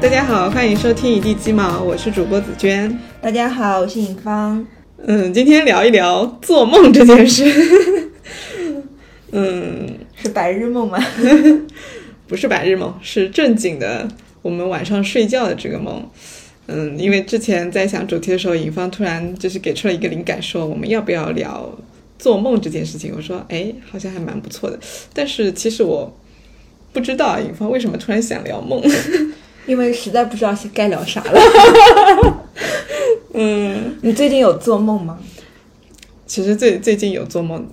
大家好，欢迎收听一地鸡毛，我是主播紫娟。大家好，我是尹芳。嗯，今天聊一聊做梦这件事。 嗯，是白日梦 吗？不是白日梦，是正经的我们晚上睡觉的这个梦。嗯，因为之前在想主题的时候，尹芳突然就是给出了一个灵感，说我们要不要聊做梦这件事情？我说，哎，好像还蛮不错的。但是其实我不知道尹芳为什么突然想聊梦。因为实在不知道该聊啥了。嗯，你最近有做梦吗？其实最最近有做梦，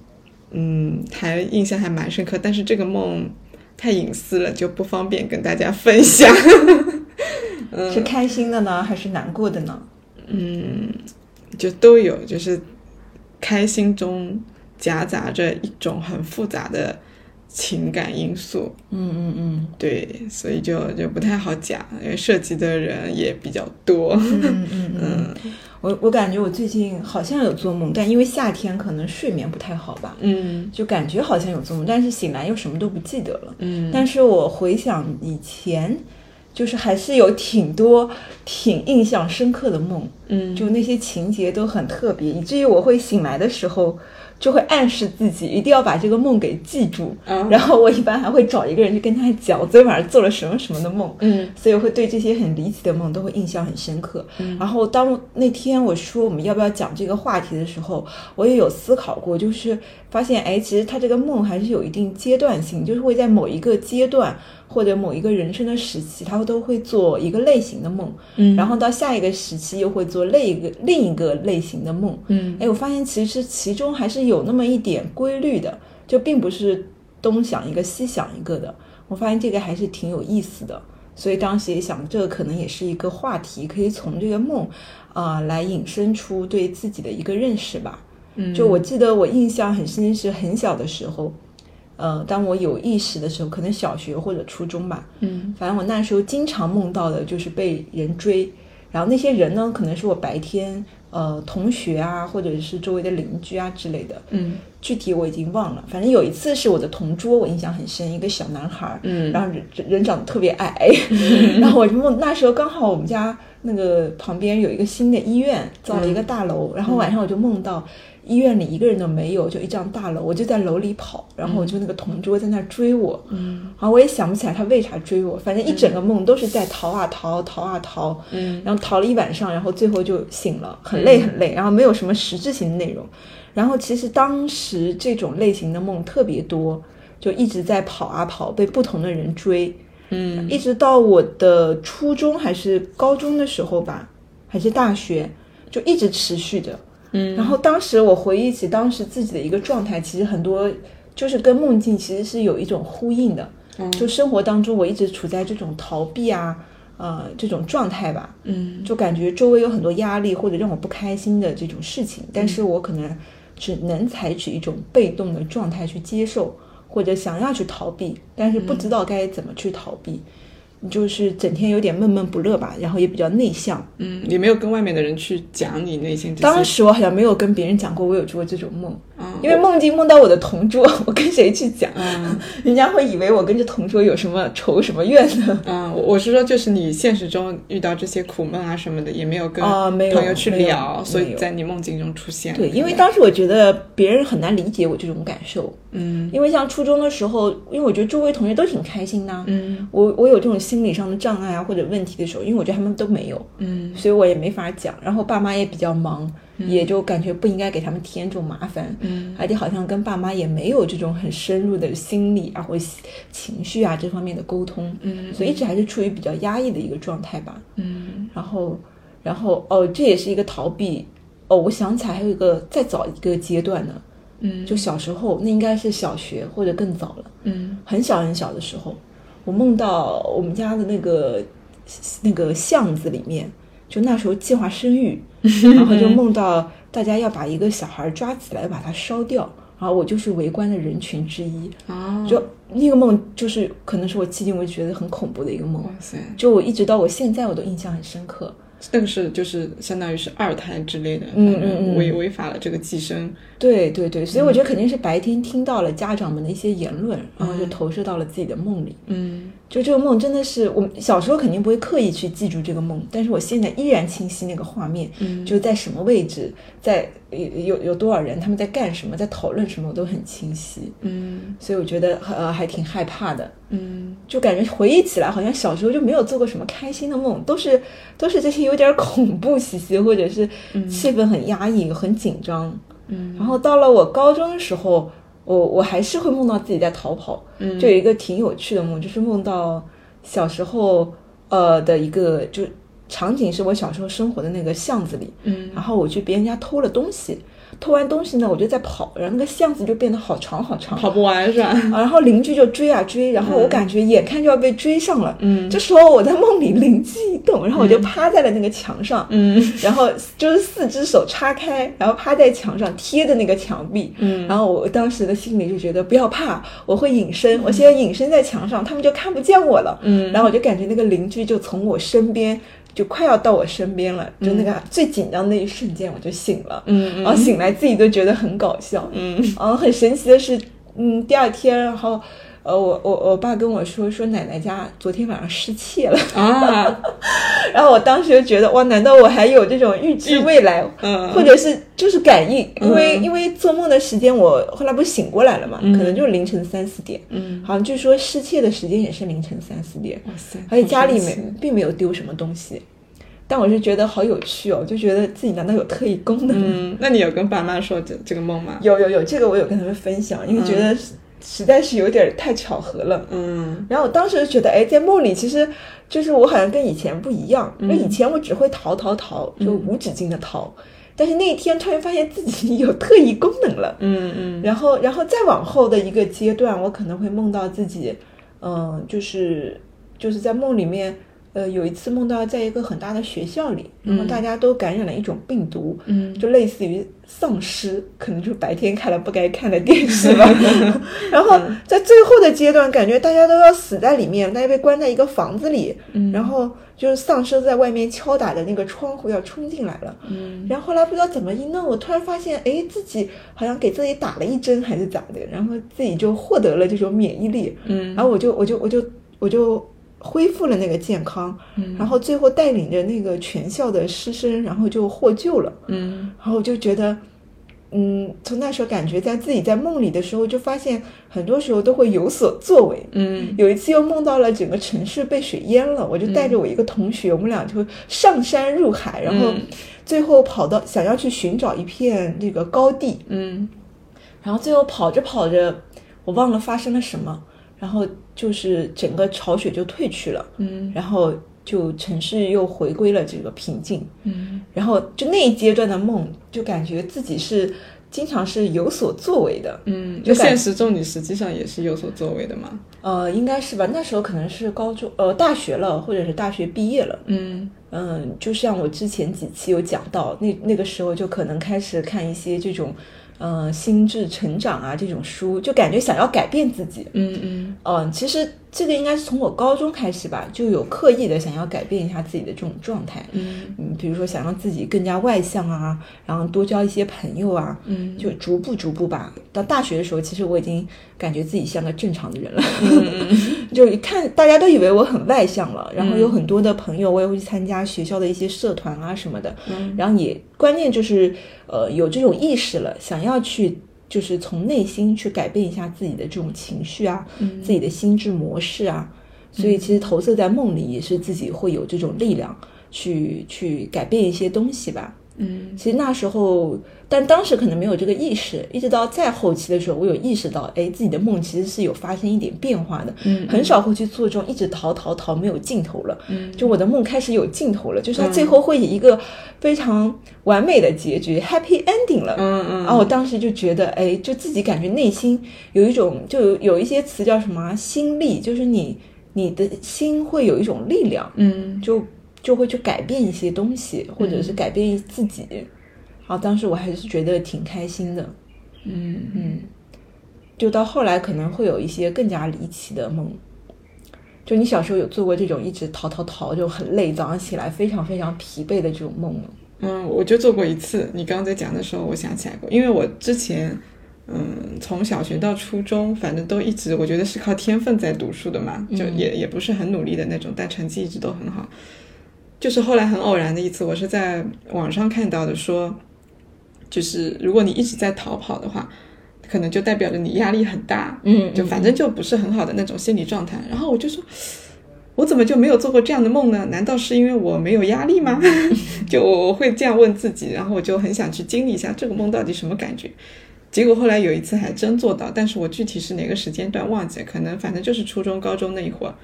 嗯，还印象还蛮深刻，但是这个梦太隐私了，就不方便跟大家分享。是开心的呢，还是难过的呢？嗯，就都有，就是开心中夹杂着一种很复杂的情感因素，嗯嗯嗯对，所以就就不太好讲，因为涉及的人也比较多。嗯嗯嗯。我我感觉我最近好像有做梦，但因为夏天可能睡眠不太好吧，嗯就感觉好像有做梦，但是醒来又什么都不记得了。嗯但是我回想以前，就是还是有挺多挺印象深刻的梦。嗯，就那些情节都很特别，以至于我会醒来的时候就会暗示自己一定要把这个梦给记住。啊然后我一般还会找一个人去跟他讲我昨天晚上做了什么什么的梦，嗯所以我会对这些很离奇的梦都会印象很深刻。然后当那天我说我们要不要讲这个话题的时候，我也有思考过，就是发现哎，其实他这个梦还是有一定阶段性，就是会在某一个阶段或者某一个人生的时期，他都会做一个类型的梦。嗯然后到下一个时期又会做另一个另一个类型的梦。嗯哎，我发现其实其中还是有那么一点规律的，就并不是东想一个西想一个的。我发现这个还是挺有意思的，所以当时也想，这个可能也是一个话题，可以从这个梦啊、呃来引申出对自己的一个认识吧。嗯就我记得我印象很深是很小的时候，呃，当我有意识的时候，可能小学或者初中吧，嗯反正我那时候经常梦到的就是被人追，然后那些人呢，可能是我白天呃同学啊，或者是周围的邻居啊之类的，嗯具体我已经忘了。反正有一次是我的同桌，我印象很深，一个小男孩，嗯然后人人长得特别矮， 然后我就梦那时候刚好我们家那个旁边有一个新的医院，造了一个大楼，然后晚上我就梦到。医院里一个人都没有，就一张大楼，我就在楼里跑，然后我就那个同桌在那儿追我，嗯啊，我也想不起来他为啥追我，反正一整个梦都是在逃啊逃，逃啊逃，嗯然后逃了一晚上，然后最后就醒了，很累很累，然后没有什么实质性的内容。然后其实当时这种类型的梦特别多，就一直在跑啊跑，被不同的人追，嗯一直到我的初中还是高中的时候吧，还是大学，就一直持续的。嗯然后当时我回忆起当时自己的一个状态，其实很多就是跟梦境其实是有一种呼应的。嗯就生活当中，我一直处在这种逃避啊，呃，这种状态吧，嗯就感觉周围有很多压力或者让我不开心的这种事嗯情，但是我可能只能采取一种被动的状态去接受，或者想要去逃避，但是不嗯知道该怎么去逃避，就是整天有点闷闷不乐吧，然后也比较内向。嗯，也没有跟外面的人去讲你内心这些。当时我好像没有跟别人讲过我有做过这种梦，嗯因为梦境梦到我的同桌，我跟谁去讲，嗯 人家会以为我跟这同桌有什么仇什么怨的。嗯，我我是说，就是你现实中遇到这些苦闷啊什么的，也没有跟啊没有朋友去没有聊，所没以有在你梦境中出现。 对，因为当时我觉得别人很难理解我这种感受，嗯因为像初中的时候，因为我觉得周围同学都挺开心的啊、嗯我我有这种心理上的障碍啊或者问题的时候，因为我觉得他们都没有，嗯所以我也没法讲。然后爸妈也比较忙，也就感觉不应该给他们添这种麻烦，嗯而且好像跟爸妈也没有这种很深入的心理啊或者情绪啊这方面的沟通，嗯所以一直还是处于比较压抑的一个状态吧。嗯然后，然后哦，这也是一个逃避。哦，我想起来还有一个再早一个阶段呢，嗯就小时候，那应该是小学或者更早了，嗯很小很小的时候，我梦到我们家的那个那个巷子里面，就那时候计划生育，然后就梦到大家要把一个小孩抓起来把他烧掉，然后我就是围观的人群之一，啊，就那个梦就是可能是我迄今为止觉得很恐怖的一个梦，哇塞，就我一直到我现在我都印象很深刻。那个是就是相当于是二胎之类的，嗯反正嗯嗯违违法了这个寄生。对对对，所以我觉得肯定是白天听到了家长们的一些言论，然后就投射到了自己的梦里。嗯就这个梦真的是，我们小时候肯定不会刻意去记住这个梦，但是我现在依然清晰那个画面，嗯就是在什么位置，在有有有多少人，他们在干什么，在讨论什么，我都很清晰。嗯所以我觉得呃还挺害怕的，嗯，就感觉回忆起来好像小时候就没有做过什么开心的梦，都是都是这些有点恐怖兮兮，或者是气氛很压抑、很紧张。嗯，然后到了我高中的时候，我我还是会梦到自己在逃跑。嗯就有一个挺有趣的梦，就是梦到小时候呃的一个就场景是我小时候生活的那个巷子里，嗯，然后我去别人家偷了东西，偷完东西呢，我就在跑，然后那个巷子就变得好长好长，跑不完是吧？啊，然后邻居就追啊追，然后我感觉眼看就要被追上了。嗯这时候我在梦里灵机一动，然后我就趴在了那个墙上，嗯然后就是四只手叉开，然后趴在墙上贴着那个墙壁。嗯然后我当时的心里就觉得不要怕，我会隐身，我现在隐身在墙上，他们就看不见我了。嗯然后我就感觉那个邻居就从我身边，就快要到我身边了，就那个最紧张的那一瞬间，我就醒了。嗯然后醒来自己都觉得很搞笑。嗯然后很神奇的是，嗯，第二天，然后呃，我我我爸跟我说，说奶奶家昨天晚上失窃了， 啊，然后我当时就觉得，哇，难道我还有这种预知未来，嗯或者是就是感应？嗯因为、因为做梦的时间，我后来不是醒过来了嘛，可能就是凌晨三四点，嗯，好像据说失窃的时间也是凌晨三四点，哇塞，而且家里好没神奇并没有丢什么东西。但我是觉得好有趣哦，就觉得自己难道有特异功能吗？嗯，那你有跟爸妈说这这个梦吗？ 有有有，这个我有跟他们分享，因为觉得实实在是有点儿太巧合了。嗯然后我当时就觉得，哎，在梦里其实就是我好像跟以前不一样，因为以前我只会逃逃逃，就无止境的逃。但是那一天突然发现自己有特异功能了，嗯嗯 然后然后再往后的一个阶段，我可能会梦到自己，嗯、就是就是在梦里面，呃，有一次梦到在一个很大的学校里，然后大家都感染了一种病毒，嗯就类似于丧尸，可能就是白天看了不该看的电 视吧。然后嗯在最后的阶段，感觉大家都要死在里面，大家被关在一个房子里，嗯然后就是丧尸在外面敲打着那个窗户要冲进来了。嗯然后后来不知道怎么一弄，我突然发现，哎，自己好像给自己打了一针还是咋的，然后自己就获得了这种免疫力，嗯然后我就我就我就我就恢复了那个健康，嗯然后最后带领着那个全校的师生，然后就获救了，嗯然后我就觉得。嗯，从那时候感觉在自己在梦里的时候，就发现很多时候都会有所作为，嗯有一次又梦到了整个城市被水淹了，我就带着我一个同学，我们俩就上山入海，然嗯后最后跑到想要去寻找一片这个高地，嗯然后最后跑着跑着，我忘了发生了什么，然后就是整个潮水就退去了，嗯然后就城市又回归了这个平静，嗯然后就那一阶段的梦，就感觉自己是经常是有所作为的，嗯，就就感现实中你实际上也是有所作为的嘛。呃，应该是吧，那时候可能是高中呃大学了，或者是大学毕业了。嗯嗯，就像我之前几期有讲到，那那个时候就可能开始看一些这种，呃，心智成长啊这种书，就感觉想要改变自己。嗯嗯嗯，其实这个应该是从我高中开始吧，就有刻意的想要改变一下自己的这种状态。嗯嗯，比如说想让自己更加外向啊，然后多交一些朋友啊，嗯就逐步逐步吧。到大学的时候，其实我已经感觉自己像个正常的人了， 就一看大家都以为我很外向了，然后有很多的朋友，我也会去参加学校的一些社团啊什么的，然后也关键就是呃有这种意识了，想要去。就是从内心去改变一下自己的这种情绪啊，自己的心智模式啊，所以其实投射在梦里也是自己会有这种力量去去改变一些东西吧。嗯其实那时候，但当时可能没有这个意识，一直到再后期的时候，我有意识到，哎，自己的梦其实是有发生一点变化的，嗯很少会去做这种一直逃逃逃没有尽头了，嗯就我的梦开始有尽头了，就是它最后会以一个非常完美的结局、happy ending 了，嗯嗯啊，我当时就觉得，哎，就自己感觉内心有一种，就有有一些词叫什么啊心力，就是你你的心会有一种力量，嗯就就会去改变一些东西，或者是改变自己。然后当时我还是觉得挺开心的，嗯嗯。就到后来可能会有一些更加离奇的梦。就你小时候有做过这种一直逃逃逃就很累，早上起来非常非常疲惫的这种梦吗？嗯，我就做过一次。你刚刚在讲的时候，我想起来过，因为我之前嗯，从小学到初中，反正都一直我觉得是靠天分在读书的嘛，就也也不是很努力的那种，但成绩一直都很好。就是后来很偶然的一次，我是在网上看到的说，就是如果你一直在逃跑的话，可能就代表着你压力很大，嗯就反正就不是很好的那种心理状态。然后我就说，我怎么就没有做过这样的梦呢？难道是因为我没有压力吗？ 就我我会这样问自己，然后我就很想去经历一下这个梦到底什么感觉。结果后来有一次还真做到，但是我具体是哪个时间段忘记了，可能反正就是初中、高中那一会儿，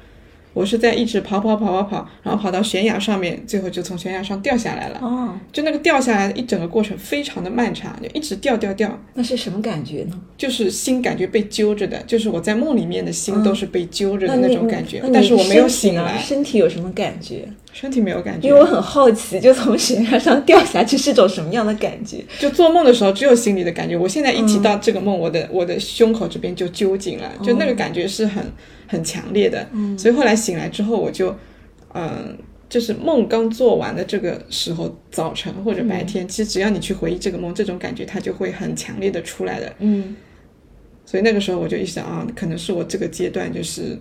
我是在一直跑跑跑跑跑，然后跑到悬崖上面，最后就从悬崖上掉下来了。哦，就那个掉下来一整个过程非常的漫长，就一直掉掉掉，那是什么感觉呢？就是心感觉被揪着的，就是我在梦里面的心都是被揪着的嗯那那你嗯种感觉，那你但是我没有身体醒呢来，身体有什么感觉？身体没有感觉因为。我很好奇，就从悬崖上掉下去是种什么样的感觉？就做梦的时候只有心里的感觉，我现在一嗯提到这个梦，我的我的胸口这边就揪紧哦了，就那个感觉是很很强烈的。嗯所以后来醒来之后，我就，嗯、就是梦刚做完的这个时候，早晨或者嗯白天，其实只要你去回忆这个梦，这种感觉它就会很强烈的出来的。嗯，所以那个时候我就意识到啊，可能是我这个阶段就是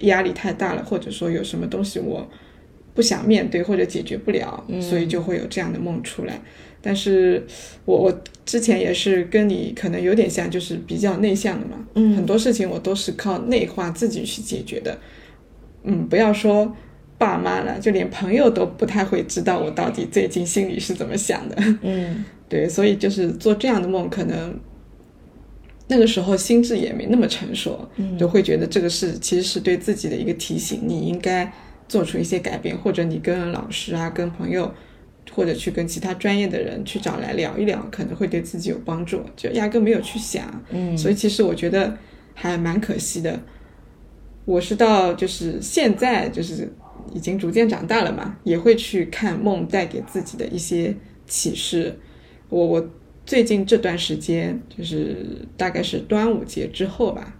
压力太大了，或者说有什么东西我不想面对或者解决不了，所以就会有这样的梦出来。但是我我之前也是跟你可能有点像，就是比较内向的嘛，嗯很多事情我都是靠内化自己去解决的，嗯，不要说。爸妈了，就连朋友都不太会知道我到底最近心里是怎么想的。嗯，对，所以就是做这样的梦，可能那个时候心智也没那么成熟，就会觉得这个是其实是对自己的一个提醒，你应该做出一些改变，或者你跟老师啊、跟朋友，或者去跟其他专业的人去找来聊一聊，可能会对自己有帮助。就压根没有去想，嗯，所以其实我觉得还蛮可惜的。我是到就是现在就是已经逐渐长大了嘛，也会去看梦带给自己的一些启示。我我最近这段时间就是大概是端午节之后吧，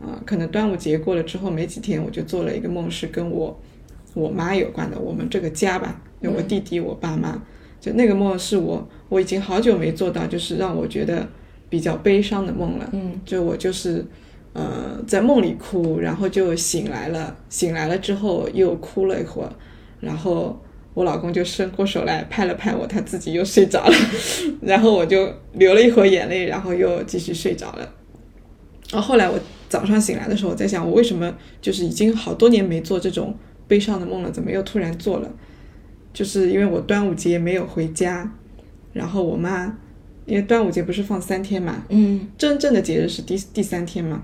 啊、可能端午节过了之后没几天，我就做了一个梦，是跟我我妈有关的，我们这个家吧，有我弟弟、我爸妈，就那个梦是我我已经好久没做到，就是让我觉得比较悲伤的梦了。嗯，就我就是。呃，在梦里哭，然后就醒来了，醒来了之后又哭了一会儿，然后我老公就伸过手来拍了拍我，他自己又睡着了， 然后我就流了一会儿眼泪，然后又继续睡着了。然后后来我早上醒来的时候，我在想我为什么就是已经好多年没做这种悲伤的梦了，怎么又突然做了？就是因为我端午节没有回家，然后我妈因为端午节不是放三天嘛，嗯，真正的节日是第第三天嘛，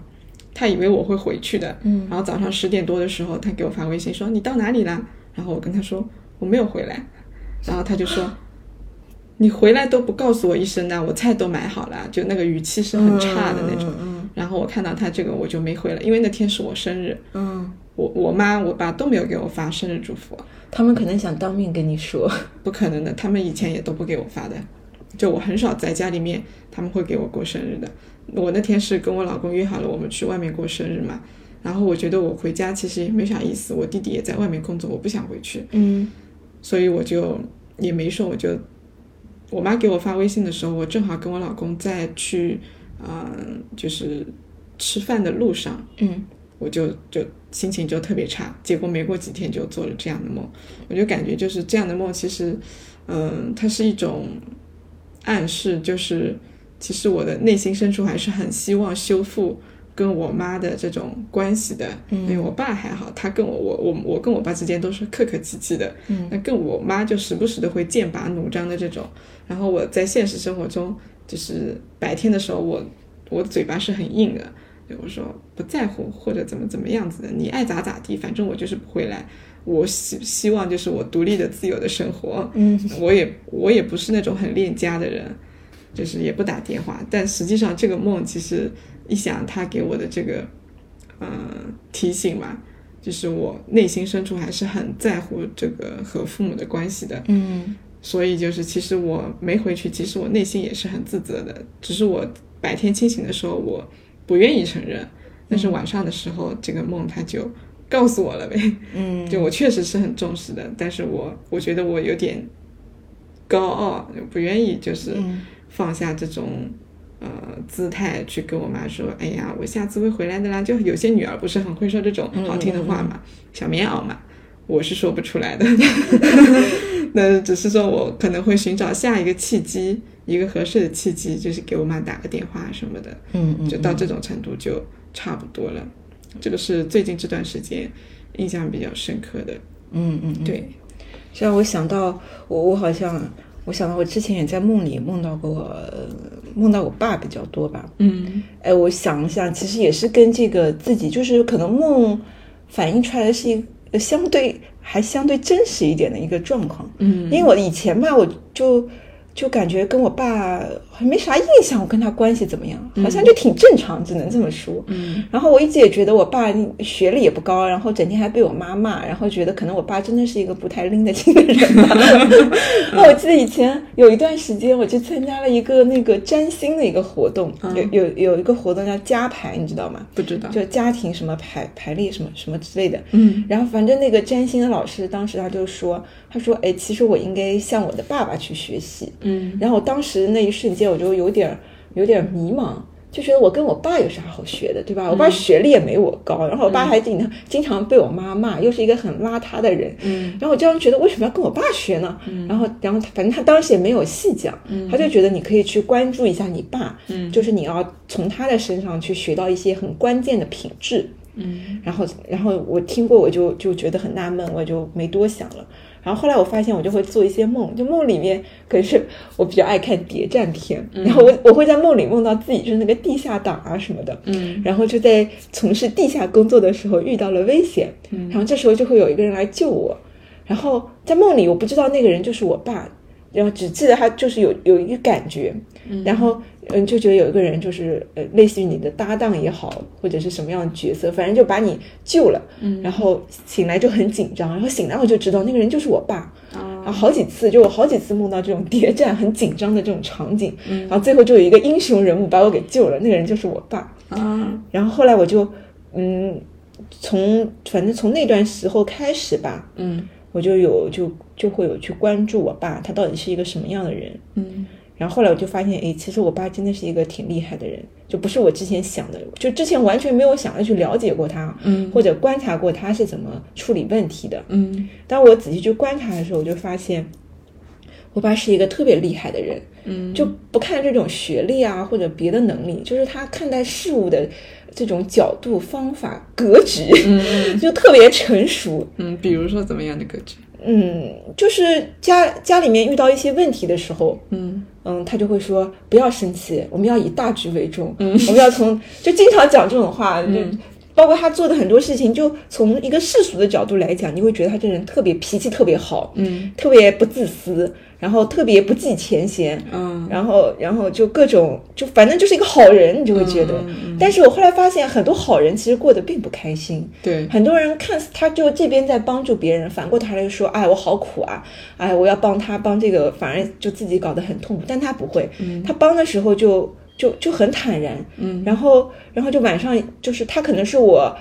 她以为我会回去的，嗯，然后早上十点多的时候，她给我发微信说你到哪里啦？然后我跟她说我没有回来，然后她就说。你回来都不告诉我一声啊呢、我菜都买好了，啊就那个语气是很差的那种。嗯然后我看到他这个我就没回了，因为那天是我生日，嗯嗯，我我妈我爸都没有给我发生日祝福，他们可能想当面跟你说。不可能的，他们以前也都不给我发的，就我很少在家里面他们会给我过生日的。我那天是跟我老公约好了，我们去外面过生日嘛，然后我觉得我回家其实也没啥意思，我弟弟也在外面工作，我不想回去，嗯所以我就也没说，我就我妈给我发微信的时候，我正好跟我老公在去，嗯、就是吃饭的路上，嗯我就就心情就特别差，结果没过几天就做了这样的梦，我就感觉就是这样的梦，其实，嗯，它是一种暗示，就是其实我的内心深处还是很希望修复跟我妈的这种关系的，因为我爸还好，他跟我我我我跟我爸之间都是客客气气的，嗯那跟我妈就时不时的会剑拔弩张的这种，然后我在现实生活中就是白天的时候我我嘴巴是很硬的，对我说不在乎或者怎么怎么样子的，你爱咋咋地，反正我就是不回来。我希希望就是我独立的、自由的生活。嗯，我也我也不是那种很恋家的人，就是也不打电话。但实际上这个梦其实一想，他给我的这个呃提醒嘛，就是我内心深处还是很在乎这个和父母的关系的。嗯所以就是，其实我没回去，其实我内心也是很自责的，只是我白天清醒的时候我不愿意承认，但是晚上的时候，这个梦它就告诉我了呗。嗯，就我确实是很重视的，但是我我觉得我嗯有点高傲，不愿意就是放下这种、呃姿态去跟我妈说，哎呀，我下次会回来的啦。就有些女儿不是很会说这种嗯好听的话嘛，小棉袄嘛，我是说不出来的。 那只是说我可能会寻找下一个契机，一个合适的契机，就是给我妈打个电话什么的。嗯嗯，就到这种程度就差不多了。这个是最近这段时间印象比较深刻的。嗯嗯，嗯对，这让我想到我，我好像我想到我之前也在梦里梦到过我，呃梦到我爸比较多吧。嗯哎，我想了想，其实也是跟这个自己，就是可能梦反映出来的是一个相对还相对真实一点的一个状况。嗯因为我以前吧，我就就感觉跟我爸还没啥印象，我跟他关系怎么样，好像就挺正常，只能这么说。嗯然后我一直也觉得我爸学历也不高，然后整天还被我妈骂，然后觉得可能我爸真的是一个不太拎得清的人 吧。那我记得以前有一段时间，我去参加了一个那个占星的一个活动，嗯有有有一个活动叫家牌，你知道吗？不知道。就家庭什么排排列什么什么之类的。嗯然后反正那个占星的老师当时他就说，他说，哎，其实我应该向我的爸爸去学习。嗯然后我当时那一瞬间我就有点有点迷茫，就觉得我跟我爸有啥好学的，对吧？嗯我爸学历也没我高，然后我爸还经常经常被我妈骂，又是一个很邋遢的人。嗯然后我这样觉得，为什么要跟我爸学呢？然后，然后他反正他当时也没有细讲，他就觉得你可以去关注一下你爸，嗯就是你要从他的身上去学到一些很关键的品质。嗯然后，然后我听过，我就就觉得很纳闷，我就没多想了。然后后来我发现，我就会做一些梦，就梦里面，可是我比较爱看谍战片，然后我我会在梦里梦到自己就是那个地下党啊什么的，嗯然后就在从事地下工作的时候遇到了危险，然后这时候就会有一个人来救我，然后在梦里我不知道那个人就是我爸，然后只记得他就是有有一个感觉，然后嗯就觉得有一个人就是呃类似于你的搭档也好，或者是什么样的角色，反正就把你救了，然后醒来就很紧张，然后醒来我就知道那个人就是我爸。啊，好几次，就我好几次梦到这种谍战很紧张的这种场景，然后最后就有一个英雄人物把我给救了，那个人就是我爸。啊然后后来我就，嗯，从反正从那段时候开始吧，嗯我就有就就会有去关注我爸，他到底是一个什么样的人。嗯然后后来我就发现，诶，其实我爸真的是一个挺厉害的人，就不是我之前想的，就之前完全没有想要去了解过他，嗯或者观察过他是怎么处理问题的。嗯当我仔细去观察的时候，我就发现，我爸是一个特别厉害的人，嗯就不看这种学历啊或者别的能力，就是他看待事物的这种角度、方法、格局， 就特别成熟。嗯，比如说怎么样的格局？嗯，就是家家里面遇到一些问题的时候，嗯嗯，他就会说不要生气，我们要以大局为重，嗯我们要从就经常讲这种话，就包括他做的很多事情，就从一个世俗的角度来讲，你会觉得他这人特别脾气特别好，嗯特别不自私，然后特别不计前嫌，嗯然后然后就各种就反正就是一个好人，你就会觉得。嗯但是我后来发现，很多好人其实过得并不开心。对很多人看似他就这边在帮助别人，反过头来就说：“哎，我好苦啊！哎，我要帮他帮这个，反而就自己搞得很痛苦。”但他不会，他帮的时候就就就很坦然，嗯，然后然后就晚上就是他可能是我。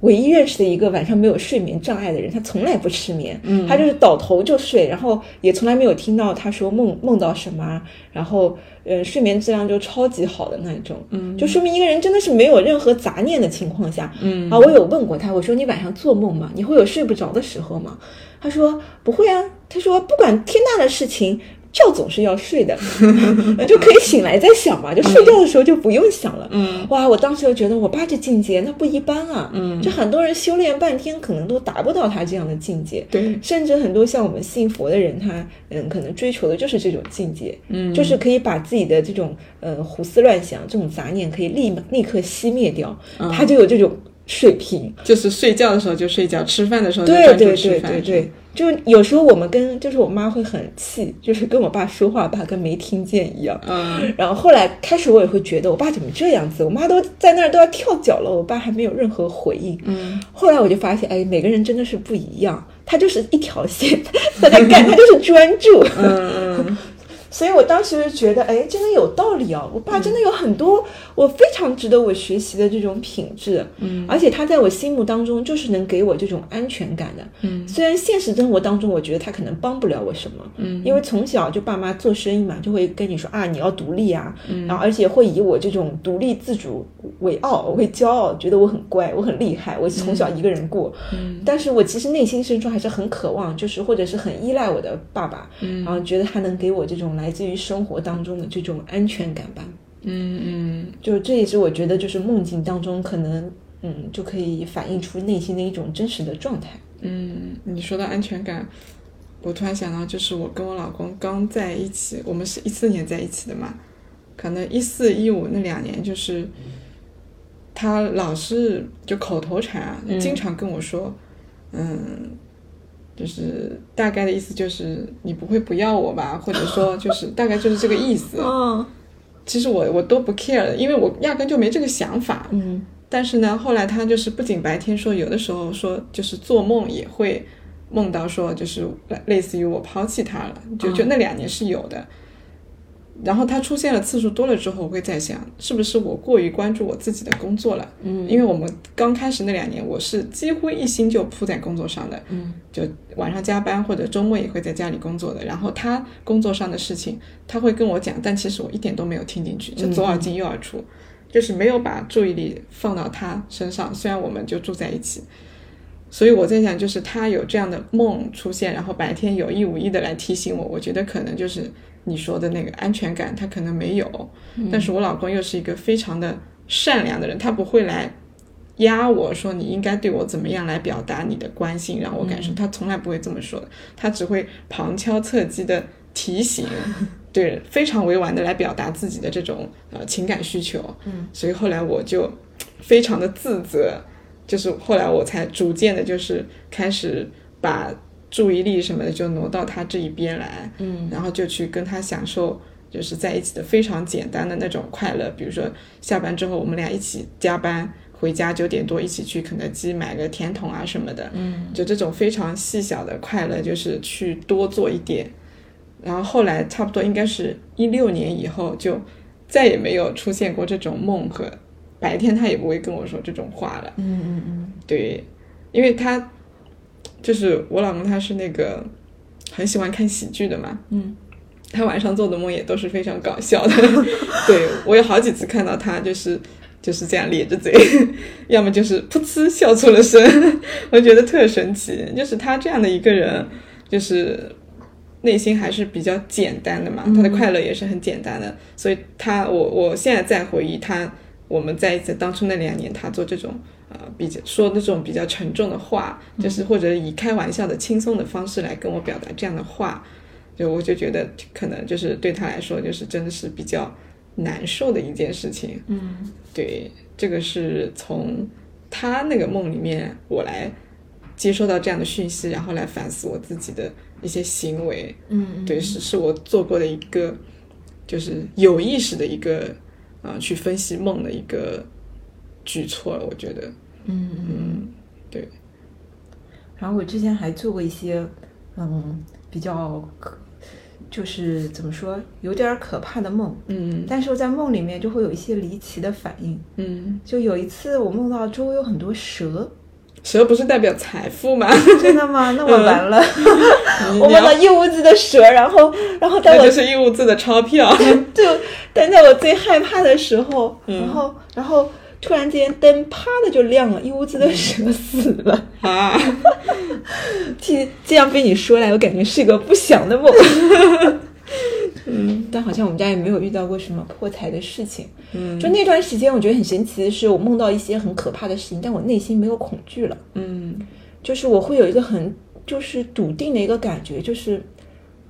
唯一认识的一个晚上没有睡眠障碍的人，他从来不失眠，嗯，他就是倒头就睡，然后也从来没有听到他说梦梦到什么，啊然后嗯，睡眠质量就超级好的那一种，嗯，就说明一个人真的是没有任何杂念的情况下，嗯，啊，我有问过他，我说你晚上做梦吗？你会有睡不着的时候吗？他说不会啊，他说不管天大的事情。觉总是要睡的，就可以醒来再想嘛，就睡觉的时候就不用想了。嗯，哇，我当时就觉得我爸这境界那不一般啊，嗯就很多人修炼半天可能都达不到他这样的境界。对甚至很多像我们信佛的人，他嗯，可能追求的就是这种境界，嗯就是可以把自己的这种呃胡思乱想、这种杂念，可以立马立刻熄灭掉，嗯他就有这种水平。就是睡觉的时候就睡觉，吃饭的时候就对专对注吃对饭。对对，就有时候我们跟就是我妈会很气，就是跟我爸说话，爸跟没听见一样。嗯然后后来开始我也会觉得我爸怎么这样子，我妈都在那儿都要跳脚了，我爸还没有任何回应。嗯后来我就发现，哎，每个人真的 是不一样，他就是一条线，他在干，他就是专注。嗯 所以我当时觉得，哎，真的有道理哦。我爸真的有很多我非常值得我学习的这种品质，嗯，而且他在我心目当中就是能给我这种安全感的，嗯。虽然现实生活当中，我觉得他可能帮不了我什么，嗯，因为从小就爸妈做生意嘛，就会跟你说啊，你要独立啊，嗯，然后而且会以我这种独立自主为傲，我会骄傲，觉得我很乖，我很厉害，我从小一个人过，嗯。但是我其实内心深处还是很渴望，就是或者是很依赖我的爸爸，嗯，然后觉得他能给我这种来。来自于生活当中的这种安全感吧，嗯嗯，就这也是我觉得就是梦境当中可能嗯就可以反映出内心的一种真实的状态。嗯，你说到安全感，我突然想到就是我跟我老公刚在一起，我们是一四年在一起的嘛，可能一四一五那两年就是他老是就口头禅啊，嗯经常跟我说，嗯。就是大概的意思，就是你不会不要我吧，或者说就是大概就是这个意思。嗯其实我我都不 care，的因为我压根就没这个想法。嗯但是呢，后来他就是不仅白天说，有的时候说就是做梦也会梦到说就是类类似于我抛弃他了，就啊就那两年是有的。然后他出现了次数多了之后，我会在想，是不是我过于关注我自己的工作了？嗯，因为我们刚开始那两年，我是几乎一心就扑在工作上的，嗯，就晚上加班或者周末也会在家里工作的。然后他工作上的事情，他会跟我讲，但其实我一点都没有听进去，就左耳进右耳出，就是没有把注意力放到他身上。虽然我们就住在一起，所以我在想，就是他有这样的梦出现，然后白天有意无意的来提醒我，我觉得可能就是你说的那个安全感，他可能没有。但是我老公又是一个非常的善良的人，他不会来压我说你应该对我怎么样来表达你的关心，让我感受，他从来不会这么说的，他只会旁敲侧击的提醒。对，非常委婉的来表达自己的这种呃情感需求，嗯，所以后来我就非常的自责，就是后来我才逐渐的，就是开始把注意力什么的就挪到他这一边来，嗯，然后就去跟他享受就是在一起的非常简单的那种快乐，比如说下班之后我们俩一起加班。回家九点多一起去肯德基买个甜筒啊什么的，嗯，就这种非常细小的快乐，就是去多做一点。然后后来差不多应该是一六年以后，就再也没有出现过这种梦和白天他也不会跟我说这种话了。嗯嗯嗯，对，因为他就是我老公，他是那个很喜欢看喜剧的嘛，嗯，他晚上做的梦也都是非常搞笑的。 对我有好几次看到他就是就是这样咧着嘴， 要么就是噗呲笑出了声， 我觉得特神奇。就是他这样的一个人，就是。内心还是比较简单的嘛，他的快乐也是很简单的，所以他，我我现在再回忆他，我们在一起当初那两年，他做这种呃比较说那种比较沉重的话，就是或者以开玩笑的轻松的方式来跟我表达这样的话，就我就觉得可能就是对他来说，就是真的是比较难受的一件事情。嗯，对，这个是从他那个梦里面我来接收到这样的讯息，然后来反思我自己的一些行为。嗯，对，是是我做过的一个就是有意识的一个啊、呃去分析梦的一个举措了，我觉得。嗯然后我之前还做过一些嗯比较可就是怎么说有点儿可怕的梦，嗯但是我在梦里面就会有一些离奇的反应。嗯，就有一次我梦到周围有很多蛇，蛇不是代表财富 吗？真的吗？那我完了。嗯你我你梦要到一屋子的蛇，然后，然后当那我就是义务字的钞 票。就但在我最害怕的时候，嗯然后，然后突然间灯啪的就亮了，一屋子的蛇死了。啊，这这样被你说来，我感觉是一个不祥的梦。 嗯，但好像我们家也没有遇到过什么破财的事情。嗯，就那段时间，我觉得很神奇的是，我梦到一些很可怕的事情，但我内心没有恐惧了。嗯就是我会有一个很就是笃定的一个感觉，就是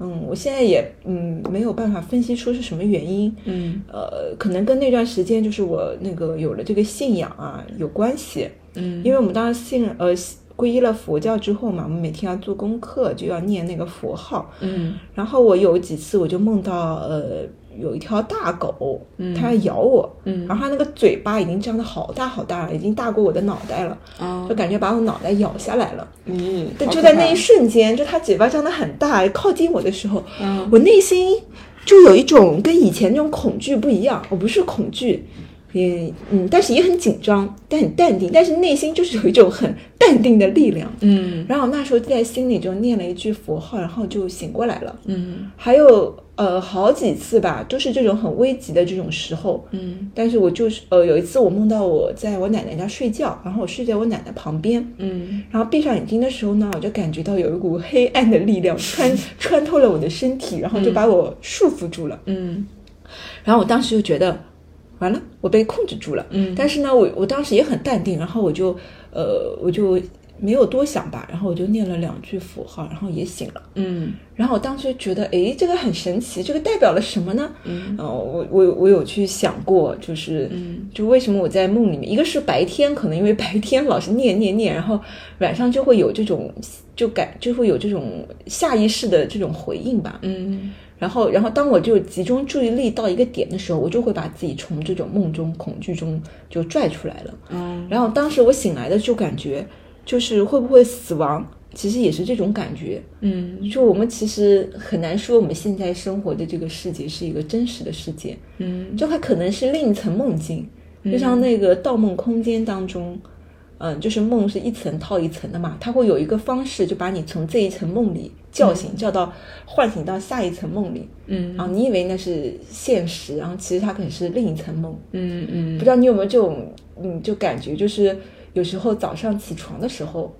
嗯，我现在也嗯没有办法分析出是什么原因，嗯呃，可能跟那段时间就是我那个有了这个信仰啊有关系，嗯因为我们当时信呃皈依了佛教之后嘛，我们每天要做功课，就要念那个佛号，嗯然后我有几次我就梦到呃有一条大狗，它要咬我，嗯然后它那个嘴巴已经张的好大好大了，已经大过我的脑袋了，啊就，感觉把我脑袋咬下来了。你但好就可在那怕一瞬间，就它嘴巴张得很大，靠近我的时候，嗯我内心就有一种跟以前那种恐惧不一样。我不是恐惧，也嗯，但是也很紧张，但很淡定，但是内心就是有一种很淡定的力量。嗯然后我那时候在心里就念了一句佛号，然后就醒过来了。嗯还有呃好几次吧，都是这种很危急的这种时候。嗯但是我就是呃有一次我梦到我在我奶奶家睡觉，然后我睡在我奶奶旁边，嗯然后闭上眼睛的时候呢，我就感觉到有一股黑暗的力量穿穿透了我的身体，然后就把我束缚住了。嗯然后我当时就觉得，完了，我被控制住了。嗯但是呢，我我当时也很淡定，然后我就呃我就没有多想吧，然后我就念了两句符号，然后也醒了。嗯然后我当时觉得，诶，这个很神奇，这个代表了什么呢？嗯呃，我我我有去想过，就是，嗯就为什么我在梦里面，一个是白天可能因为白天老是念念念，然后晚上就会有这种就感就会有这种下意识的这种回应吧。嗯然后，然后当我就集中注意力到一个点的时候，我就会把自己从这种梦中恐惧中就拽出来了。嗯然后当时我醒来的就感觉，就是会不会死亡，其实也是这种感觉。嗯就我们其实很难说我们现在生活的这个世界是一个真实的世界，嗯就它可能是另一层梦境，就像那个《盗梦空间》当中，嗯，就是梦是一层套一层的嘛，它会有一个方式就把你从这一层梦里叫醒，叫到唤醒到下一层梦里，嗯啊，你以为那是现实，然后其实它可能是另一层梦，嗯不嗯知道你有没有这种，嗯，就感觉就是有时候早上起床的时候，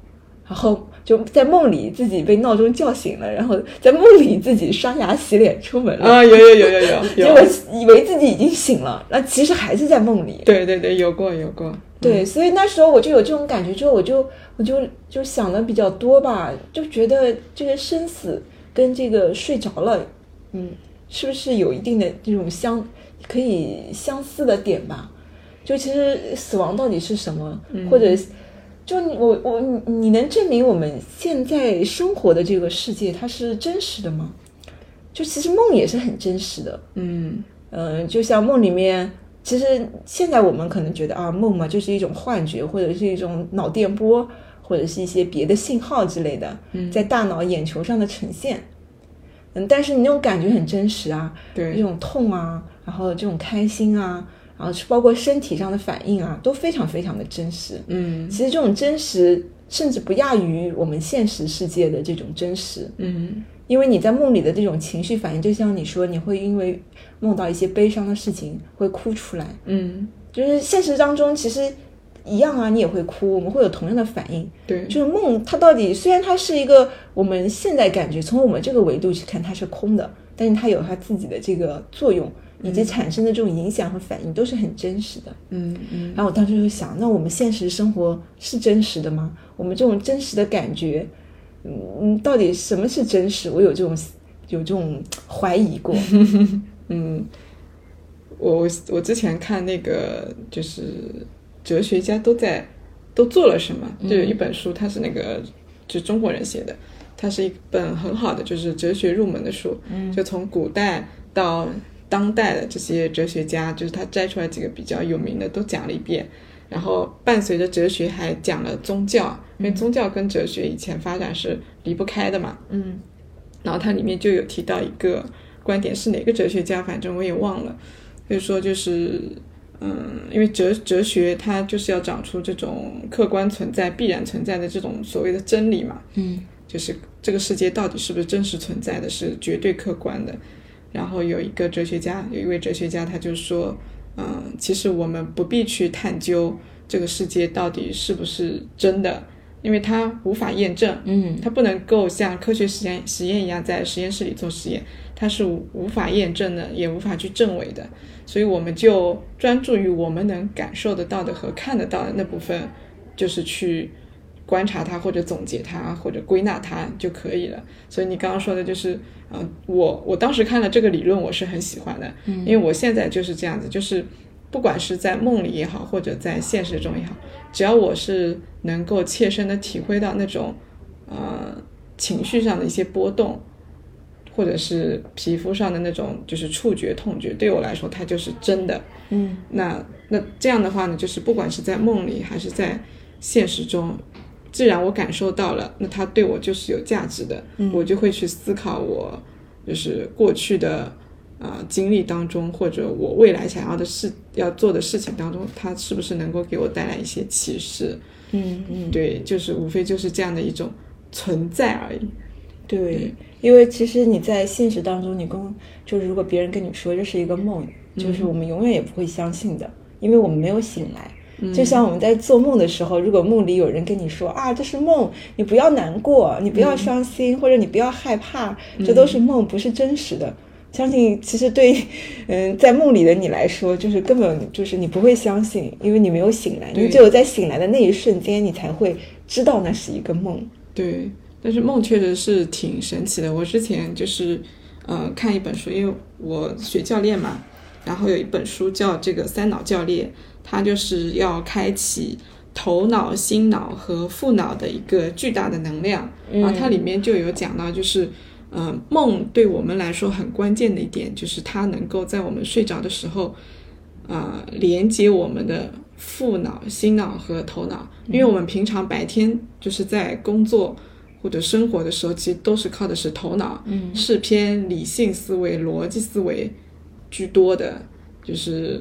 然后就在梦里自己被闹钟叫醒了，然后在梦里自己刷牙洗脸出门了，啊，有有有有有结果有，以为自己已经醒了，那其实还是在梦里。对对对，有过有过，对，所以那时候我就有这种感觉，之后我就我就就想的比较多吧，就觉得这个生死跟这个睡着了，嗯，是不是有一定的这种相可以相似的点吧？就其实死亡到底是什么，或者就你我我你你能证明我们现在生活的这个世界它是真实的吗？就其实梦也是很真实的，嗯嗯，就像梦里面，其实现在我们可能觉得啊，梦嘛就是一种幻觉，或者是一种脑电波，或者是一些别的信号之类的，在大脑眼球上的呈现。嗯，但是你那种感觉很真实啊，对这种痛啊，然后这种开心啊，然后是包括身体上的反应啊，都非常非常的真实。嗯其实这种真实，甚至不亚于我们现实世界的这种真实。嗯因为你在梦里的这种情绪反应，就像你说，你会因为梦到一些悲伤的事情会哭出来，嗯就是现实当中其实一样啊，你也会哭，我们会有同样的反应。对，就是梦，它到底虽然它是一个我们现在感觉从我们这个维度去看它是空的，但是它有它自己的这个作用，以及产生的这种影响和反应都是很真实的。嗯嗯然后我当时就想，那我们现实生活是真实的吗？我们这种真实的感觉，嗯，嗯到底什么是真实？我有这种有这种怀疑过。嗯，我我我之前看那个就是哲学家都在都做了什么，就有一本书，它是那个就中国人写的，它是一本很好的就是哲学入门的书，就从古代到当代的这些哲学家，就是他摘出来几个比较有名的都讲了一遍，然后伴随着哲学还讲了宗教，因为宗教跟哲学以前发展是离不开的嘛，嗯然后它里面就有提到一个观点，是哪个哲学家，反正我也忘了，就是说就是，嗯，因为哲哲学它就是要长出这种客观存在、必然存在的这种所谓的真理嘛，嗯就是这个世界到底是不是真实存在的，是绝对客观的。然后有一个哲学家，有一位哲学家，他就说，嗯，其实我们不必去探究这个世界到底是不是真的，因为它无法验证，嗯它不能够像科学实验实验一样在实验室里做实验，它是无无法验证的，也无法去证伪的。所以我们就专注于我们能感受得到的和看得到的那部分，就是去观察它或者总结它或者归纳它就可以了。所以你刚刚说的就是，嗯、我我当时看了这个理论，我是很喜欢的，因为我现在就是这样子，就是不管是在梦里也好，或者在现实中也好，只要我是能够切身的体会到那种，呃，情绪上的一些波动，或者是皮肤上的那种就是触觉、痛觉，对我来说它就是真的。嗯那那这样的话呢，就是不管是在梦里还是在现实中，既然我感受到了，那它嗯对我就是有价值的，我就会去思考我就是过去的。啊、经历当中，或者我未来想要的事要做的事情当中，它是不是能够给我带来一些启示？嗯嗯，对，就是无非就是这样的一种存在而已。对，因为其实你在现实当中，你跟就是如果别人跟你说这是一个梦，就是我们永远也不会相信的，因为我们没有醒来。就像我们在做梦的时候，如果梦里有人跟你说啊，这是梦，你不要难过，你不要伤心，或者你不要害怕，这都是梦，不是真实的。相信其实对，嗯，在梦里的你来说，就是根本就是你不会相信，因为你没有醒来，对你只有在醒来的那一瞬间，你才会知道那是一个梦。对，但是梦确实是挺神奇的。我之前就是，呃，看一本书，因为我学教练嘛，然后有一本书叫《这个三脑教练》，它就是要开启头脑、心脑和腹脑的一个巨大的能量。然后它里面就有讲到，就是，呃，梦对我们来说很关键的一点，就是它能够在我们睡着的时候，呃，连接我们的腹脑、心脑和头脑，因为我们平常白天就是在工作或者生活的时候，其实都是靠的是头脑，嗯是偏理性思维、逻辑思维居多的。就是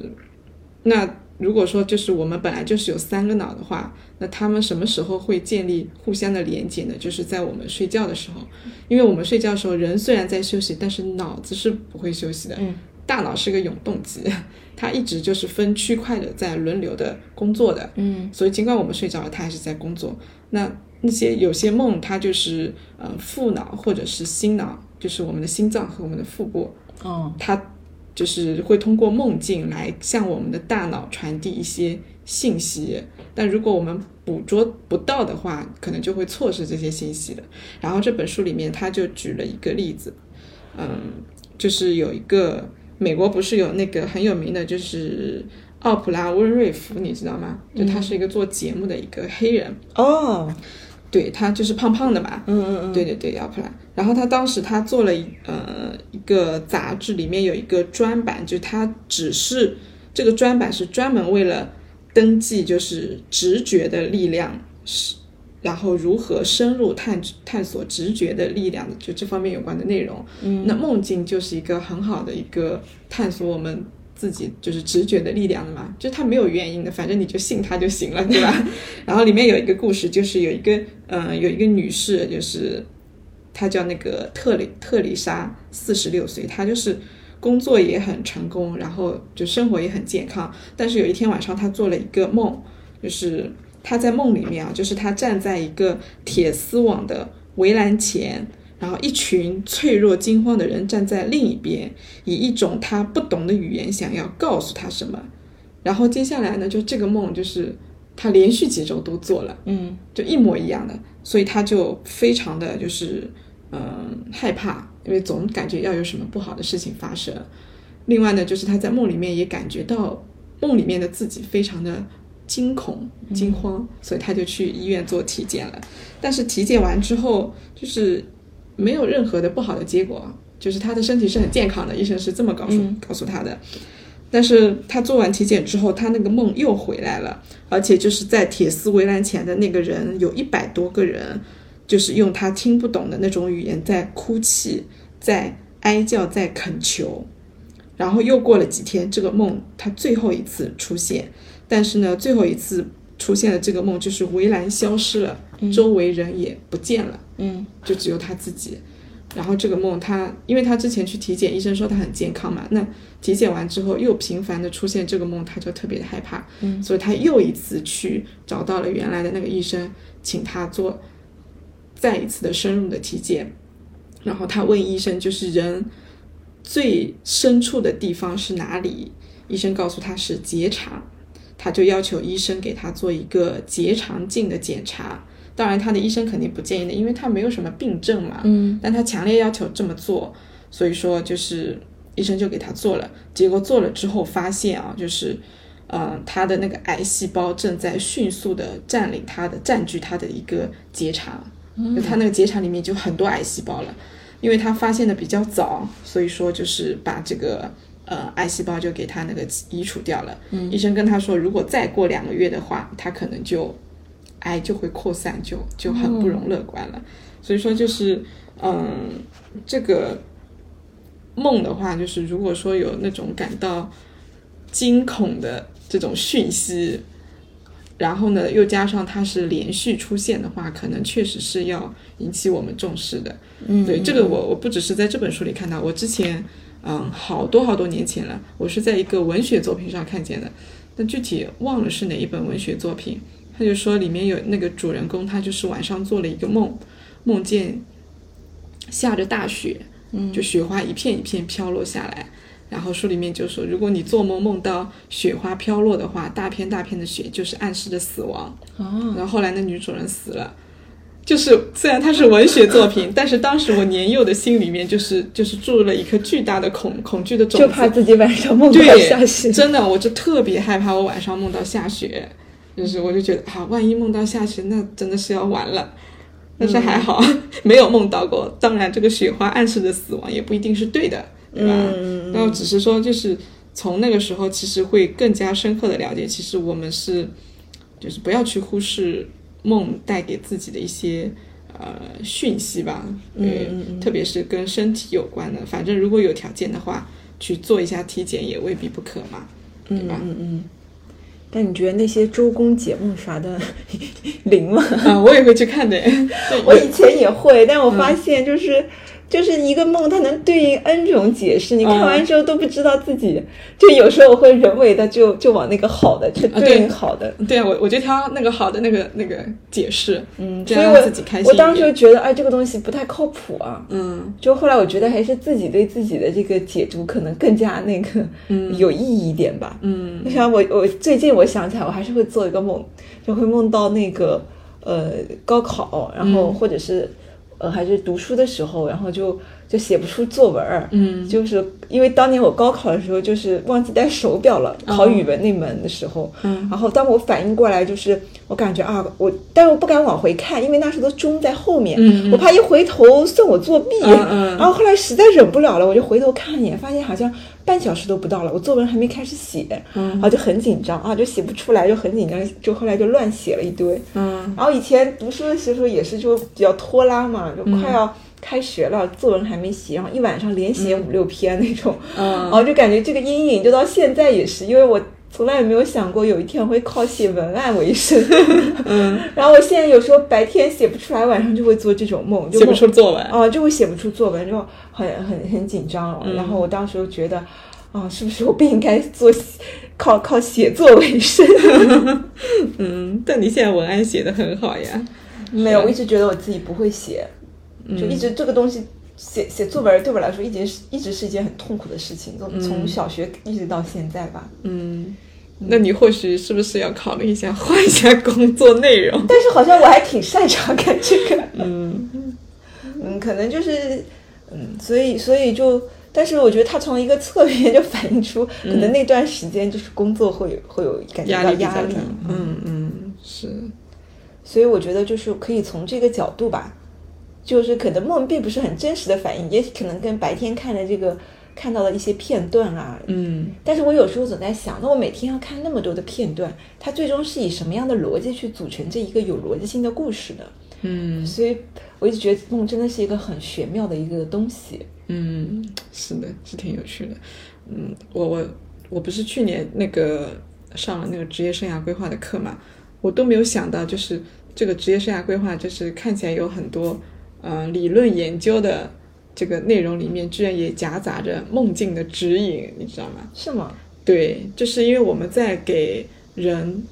那如果说就是我们本来就是有三个脑的话，那他们什么时候会建立互相的连接呢？就是在我们睡觉的时候，因为我们睡觉的时候，人虽然在休息，但是脑子是不会休息的。嗯大脑是个永动机，它一直就是分区块的在轮流的工作的。嗯所以尽管我们睡着了，他还是在工作。那那些有些梦，它就是呃腹脑或者是心脑，就是我们的心脏和我们的腹部，哦，它就是会通过梦境来向我们的大脑传递一些信息。但如果我们捕捉不到的话，可能就会错失这些信息的。然后这本书里面他就举了一个例子，嗯，就是有一个美国不是有那个很有名的，就是奥普拉温瑞芙，你知道吗？就他是一个做节目的一个黑人，哦，对他就是胖胖的嘛，嗯嗯嗯，对对对，奥普拉。然后他当时他做了一呃一个杂志，里面有一个专版，就他只是这个专版是专门为了登记，就是直觉的力量是，然后如何深入探探索直觉的力量，就这方面有关的内容。嗯，那梦境就是一个很好的一个探索我们。自己就是直觉的力量的嘛，就它没有原因的，反正你就信它就行了，对吧？ 然后里面有一个故事，就是有一个嗯、呃有一个女士，就是她叫那个特里特丽莎，四十六岁，她就是工作也很成功，然后就生活也很健康。但是有一天晚上，她做了一个梦，就是她在梦里面啊，就是她站在一个铁丝网的围栏前。然后一群脆弱惊慌的人站在另一边，以一种她不懂的语言想要告诉她什么。然后接下来呢，就这个梦就是她连续几周都做了。嗯就一模一样的，所以他就非常的就是嗯、害怕，因为总感觉要有什么不好的事情发生。另外呢，就是他在梦里面也感觉到梦里面的自己非常的惊恐、惊慌，所以他就去医院做体检了。但是体检完之后，就是没有任何的不好的结果，就是他的身体是很健康的，医生是这么告诉、告诉他的。但是他做完体检之后，他那个梦又回来了，而且就是在铁丝围栏前的那个人，有一百多个人，就是用他听不懂的那种语言在哭泣，在哀叫，在恳求。然后又过了几天，这个梦他最后一次出现，但是呢，最后一次出现的这个梦就是围栏消失了，周围人也不见了。嗯就只有他自己。然后这个梦他，因为他之前去体检，医生说他很健康嘛，那体检完之后又频繁的出现这个梦，他就特别的害怕，嗯所以他又一次去找到了原来的那个医生，请他做再一次的深入的体检。然后他问医生，就是人最深处的地方是哪里？医生告诉他是结肠，他就要求医生给他做一个结肠镜的检查。当然，他的医生肯定不建议的，因为他没有什么病症嘛。嗯但他强烈要求这么做，所以说就是医生就给他做了。结果做了之后发现啊，就是，呃，他的那个癌细胞正在迅速的占领他的占据他的一个结肠，就他那个结肠里面就很多癌细胞了。因为他发现的比较早，所以说就是把这个呃癌细胞就给他那个移除掉了。嗯、医生跟他说，如果再过两个月的话，他可能就癌就会扩散，就就很不容乐观了。所以说就是嗯，这个梦的话，就是如果说有那种感到惊恐的这种讯息，然后呢又加上它是连续出现的话，可能确实是要引起我们重视的。嗯，对这个我我不只是在这本书里看到，我之前嗯好多好多年前了，我是在一个文学作品上看见的，但具体忘了是哪一本文学作品。他就说里面有那个主人公，他就是晚上做了一个梦，梦见下着大雪，嗯就雪花一片一片飘落下来。然后书里面就说，如果你做梦梦到雪花飘落的话，大片大片的雪就是暗示着死亡。哦，然后后来那女主人死了，就是虽然它是文学作 品，但是当时我年幼的心里面就是就是注入了一颗巨大的恐恐惧的种就子，怕自己晚上梦到对，下雪。真的，我就特别害怕我晚上梦到下雪，就是我就觉得啊，万一梦到下雪，那真的是要完了。但是还好、嗯 没有梦到过。当然，这个雪花暗示的死亡也不一定是对的，对吧？嗯然后只是说，就是从那个时候，其实会更加深刻的了解，其实我们是，就是不要去忽视梦带给自己的一些呃讯息吧，嗯对嗯嗯特别是跟身体有关的，反正如果有条件的话，去做一下体检也未必不可嘛，对吧？嗯嗯。但你觉得那些周公解梦啥的灵吗？啊，我也会去看的，对， 我以前也会，但我发现就是、就是一个梦，它能对应 N 种解释，你看完之后都不知道自己。就有时候我会人为的就就往那个好的去啊对对应好的。对啊，我我就挑那个好的那个那个解释，嗯，这所以样我让自己开心一点。我当时就觉得，哎，这个东西不太靠谱啊。嗯，就后来我觉得还是自己对自己的这个解读可能更加那个有意义一点吧。嗯，我想我我最近我想起来，我还是会做一个梦，就会梦到那个呃高考，然嗯后或者是、呃还是读书的时候，然后就就写不出作文儿。嗯就是因为当年我高考的时候，就是忘记带手表了，考语文那门的时候。哦嗯然后当我反应过来，就是我感觉啊，我但是我不敢往回看，因为那时候都钟在后面，嗯嗯我怕一回头算我作弊。嗯 嗯然后后来实在忍不了了，我就回头看一眼，发现好像半小时都不到了，我作文还没开始写，嗯然后就很紧张啊，就写不出来，就很紧张，就后来就乱写了一堆。嗯然后以前读书的时候也是就比较拖拉嘛，就嗯快要开学了，作文还没写，然后一晚上连写五六篇那种， 然嗯后就感觉这个阴影就到现在也是，因为我从来也没有想过有一天我会靠写文案为生。嗯， 然后我现在有时候白天写不出来，晚上就会做这种梦，就写不梦出作 文。啊，就会写不出作文，就很很很紧张。然后我当时就觉得，啊，是不是我不应该做靠靠写作为生？嗯，但你现在文案写的很好呀。 没有，我一直觉得我自己不会写，就一直这个东西。写写作文对我来说，一直是一直是一件很痛苦的事情，从从小学一直到现在吧。嗯，那你或许是不是要考虑一下换一下工作内容？但是好像我还挺擅长干这 个，嗯嗯，可能就是，嗯，所以所以就，但是我觉得他从一个侧面就反映出，可能那段时间就是工作会有会有感觉压到力比较嗯压大力，。嗯嗯，是。所以我觉得就是可以从这个角度吧，就是可能梦并不是很真实的反映，也可能跟白天看的这个看到的一些片段啊。嗯但是我有时候总在想，那我每天要看那么多的片段，它最终是以什么样的逻辑去组成这一个有逻辑性的故事的？嗯所以我一直觉得梦真的是一个很玄妙的一个东西。嗯，是的，是挺有趣的。嗯，我我我不是去年那个上了那个职业生涯规划的课嘛，我都没有想到，就是这个职业生涯规划，就是看起来有很多呃理论研究的这个内容里面，居然也夹杂着梦境的指引，你知道吗？是吗？对，就是因为我们在给人，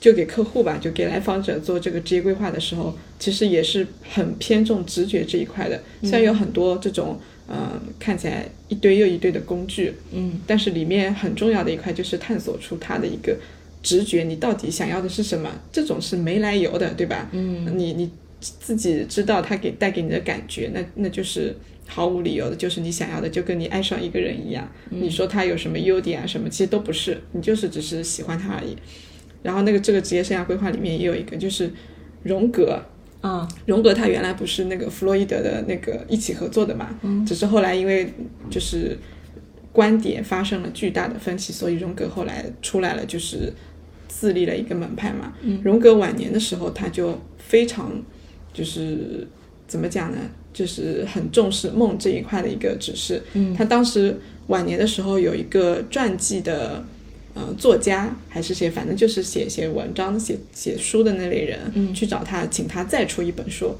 就给客户吧，就给来访者做这个职业规划的时候，其实也是很偏重直觉这一块的。虽然有很多这种，呃，看起来一堆又一堆的工具，嗯但是里面很重要的一块就是探索出他的一个直觉，你到底想要的是什么？这种是没来由的，对吧？嗯你你自己知道他给带给你的感觉，那那就是毫无理由的，就是你想要的，就跟你爱上一个人一样，嗯你说他有什么优点啊什么，其实都不是，你就是只是喜欢他而已。然后那个这个职业生涯规划里面也有一个，就是荣格，啊荣格他原来不是那个弗洛伊德的那个一起合作的嘛，嗯只是后来因为就是观点发生了巨大的分歧，所以荣格后来出来了，就是自立了一个门派嘛。荣格晚年的时候，他就非常就是怎么讲呢？就是很重视梦这一块的一个指示。嗯，他当时晚年的时候有一个传记的，呃，作家还是谁，反正就是写写文章、写写书的那类人，嗯、去找他，请他再出一本书，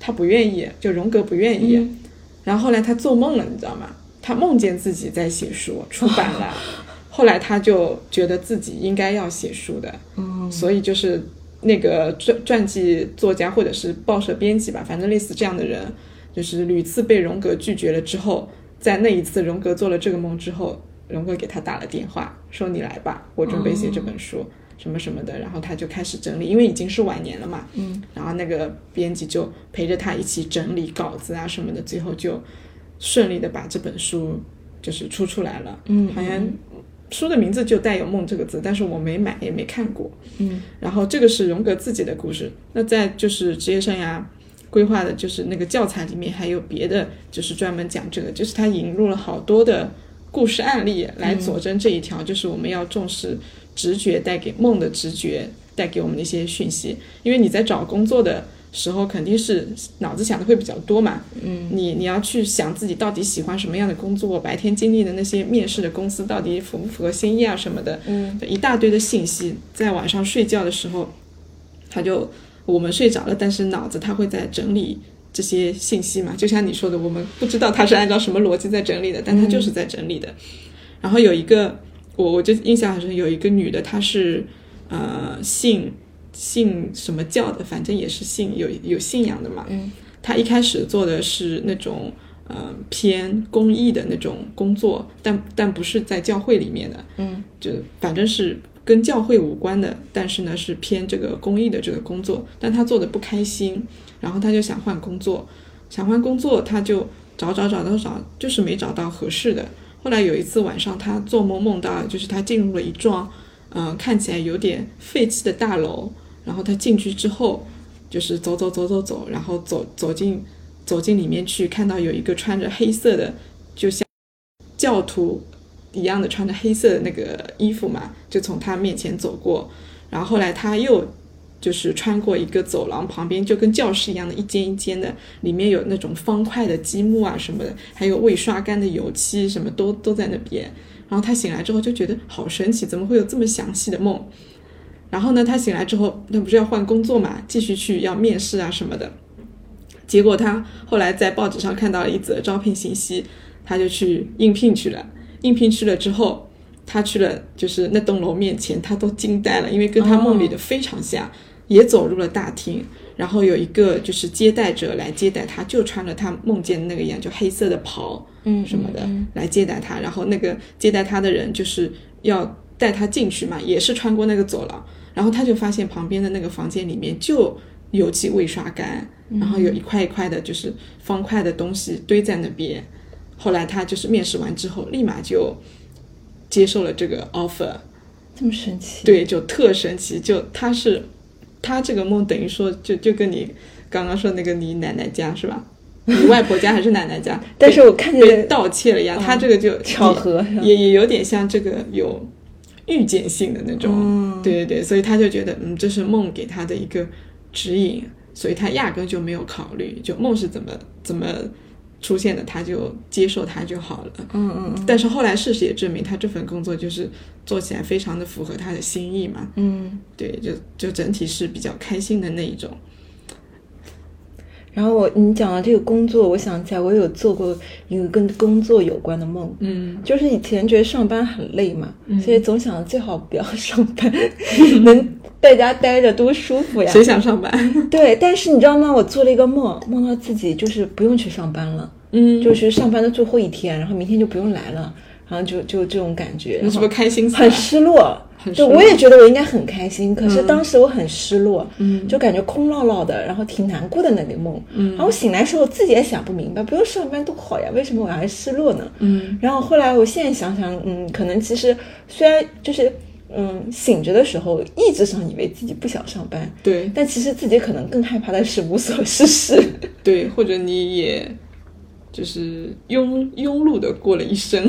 他不愿意，就荣格不愿意。嗯然后后来他做梦了，你知道吗？他梦见自己在写书，出版了。后来他就觉得自己应该要写书的，嗯，所以就是那个传传记作家或者是报社编辑吧，反正类似这样的人，就是屡次被荣格拒绝了之后，在那一次荣格做了这个梦之后，荣格给他打了电话，说你来吧，我准备写这本书。什么什么的，然后他就开始整理，因为已经是晚年了嘛，嗯，然后那个编辑就陪着他一起整理稿子啊什么的，最后就顺利的把这本书就是出出来了，嗯好像书的名字就带有“梦”这个字，但是我没买也没看过。嗯，然后这个是荣格自己的故事。那在就是职业生涯啊规划的，就是那个教材里面还有别的，就是专门讲这个，就是他引入了好多的故事案例来佐证这一条，就是我们要重视直觉带给梦的直觉带给我们的一些讯息，因为你在找工作的。时候肯定是脑子想的会比较多嘛，嗯，你你要去想自己到底喜欢什么样的工作，白天经历的那些面试的公司到底符不符合心意啊什么的，嗯，一大堆的信息，在晚上睡觉的时候，他就我们睡着了，但是脑子它会在整理这些信息嘛，就像你说的，我们不知道它是按照什么逻辑在整理的，但它就是在整理的。然后有一个我我就印象很深，有一个女的，她是呃信信什么教的，反正也是信有有信仰的嘛。嗯，她一开始做的是那种。呃，偏公益的那种工作，但但不是在教会里面的，嗯，就反正是跟教会无关的，但是呢是偏这个公益的这个工作，但他做的不开心，然后他就想换工作，想换工作，他就找找找找找，就是没找到合适的。后来有一次晚上，他做梦梦到，就是他进入了一幢，嗯、看起来有点废弃的大楼。然后他进去之后，就是走走走走走，然后走走进走进里面去，看到有一个穿着黑色的，就像教徒一样的穿着黑色的那个衣服嘛，就从他面前走过。然后后来他又就是穿过一个走廊，旁边就跟教室一样的，一间一间的，里面有那种方块的积木啊什么的，还有未刷干的油漆，什么都都在那边。然后他醒来之后就觉得好神奇，怎么会有这么详细的梦？然后呢，他醒来之后，那不是要换工作嘛，继续去要面试啊什么的。结果他后来在报纸上看到了一则招聘信息，他就去应聘去了。应聘去了之后，他去了就是那栋楼面前，他都惊呆了，因为跟他梦里的非常像，也走入了大厅。然后有一个就是接待者来接待他，就穿了他梦见的那个一样，就黑色的袍，嗯什么的、来接待他。然后那个接待他的人就是要带他进去嘛，也是穿过那个走廊。然后他就发现旁边的那个房间里面就油漆未刷干，嗯然后有一块一块的，就是方块的东西堆在那边。后来他就是面试完之后，立马就接受了这个 offer，这么神奇，对，就特神奇。就他是他这个梦，等于说就就跟你刚刚说那个你奶奶家是 吧？你外婆家还是奶奶家？但是我看被见盗窃了一样，他这个就嗯巧合是吧也也有点像这个有预见性的那种，嗯对对对，所以他就觉得，嗯，这是梦给他的一个指引，所以他压根就没有考虑，就梦是怎么怎么出现的，他就接受它就好了。嗯嗯但是后来事实也证明，他这份工作就是做起来非常的符合他的心意嘛，嗯，对，就就整体是比较开心的那一种。然后我你讲到这个工作，我想起来我有做过一个跟工作有关的梦，嗯就是以前觉得上班很累嘛，所以总想最好不要上班， 能在家待着多舒服呀。谁想上 班？对，但是你知道吗？我做了一个梦，梦到自己就是不用去上班了，嗯，就是上班的最后一天，然后明天就不用来了，然后就就这种感觉，你是不是开心啊死很了？失落。很失就落嗯我也觉得我应该很开心，可是当时我很失落，嗯，就感觉空落落的，然后挺难过的那个梦，嗯，然后我醒来的时候我自己也想不明白，不用上班多好呀，为什么我还失落呢？嗯然后后来我现在想想，嗯，可能其实虽然就是嗯醒着的时候意志上以为自己不想上班，对但其实自己可能更害怕的是无所事事。对，或者你也就是庸庸碌的过了一生。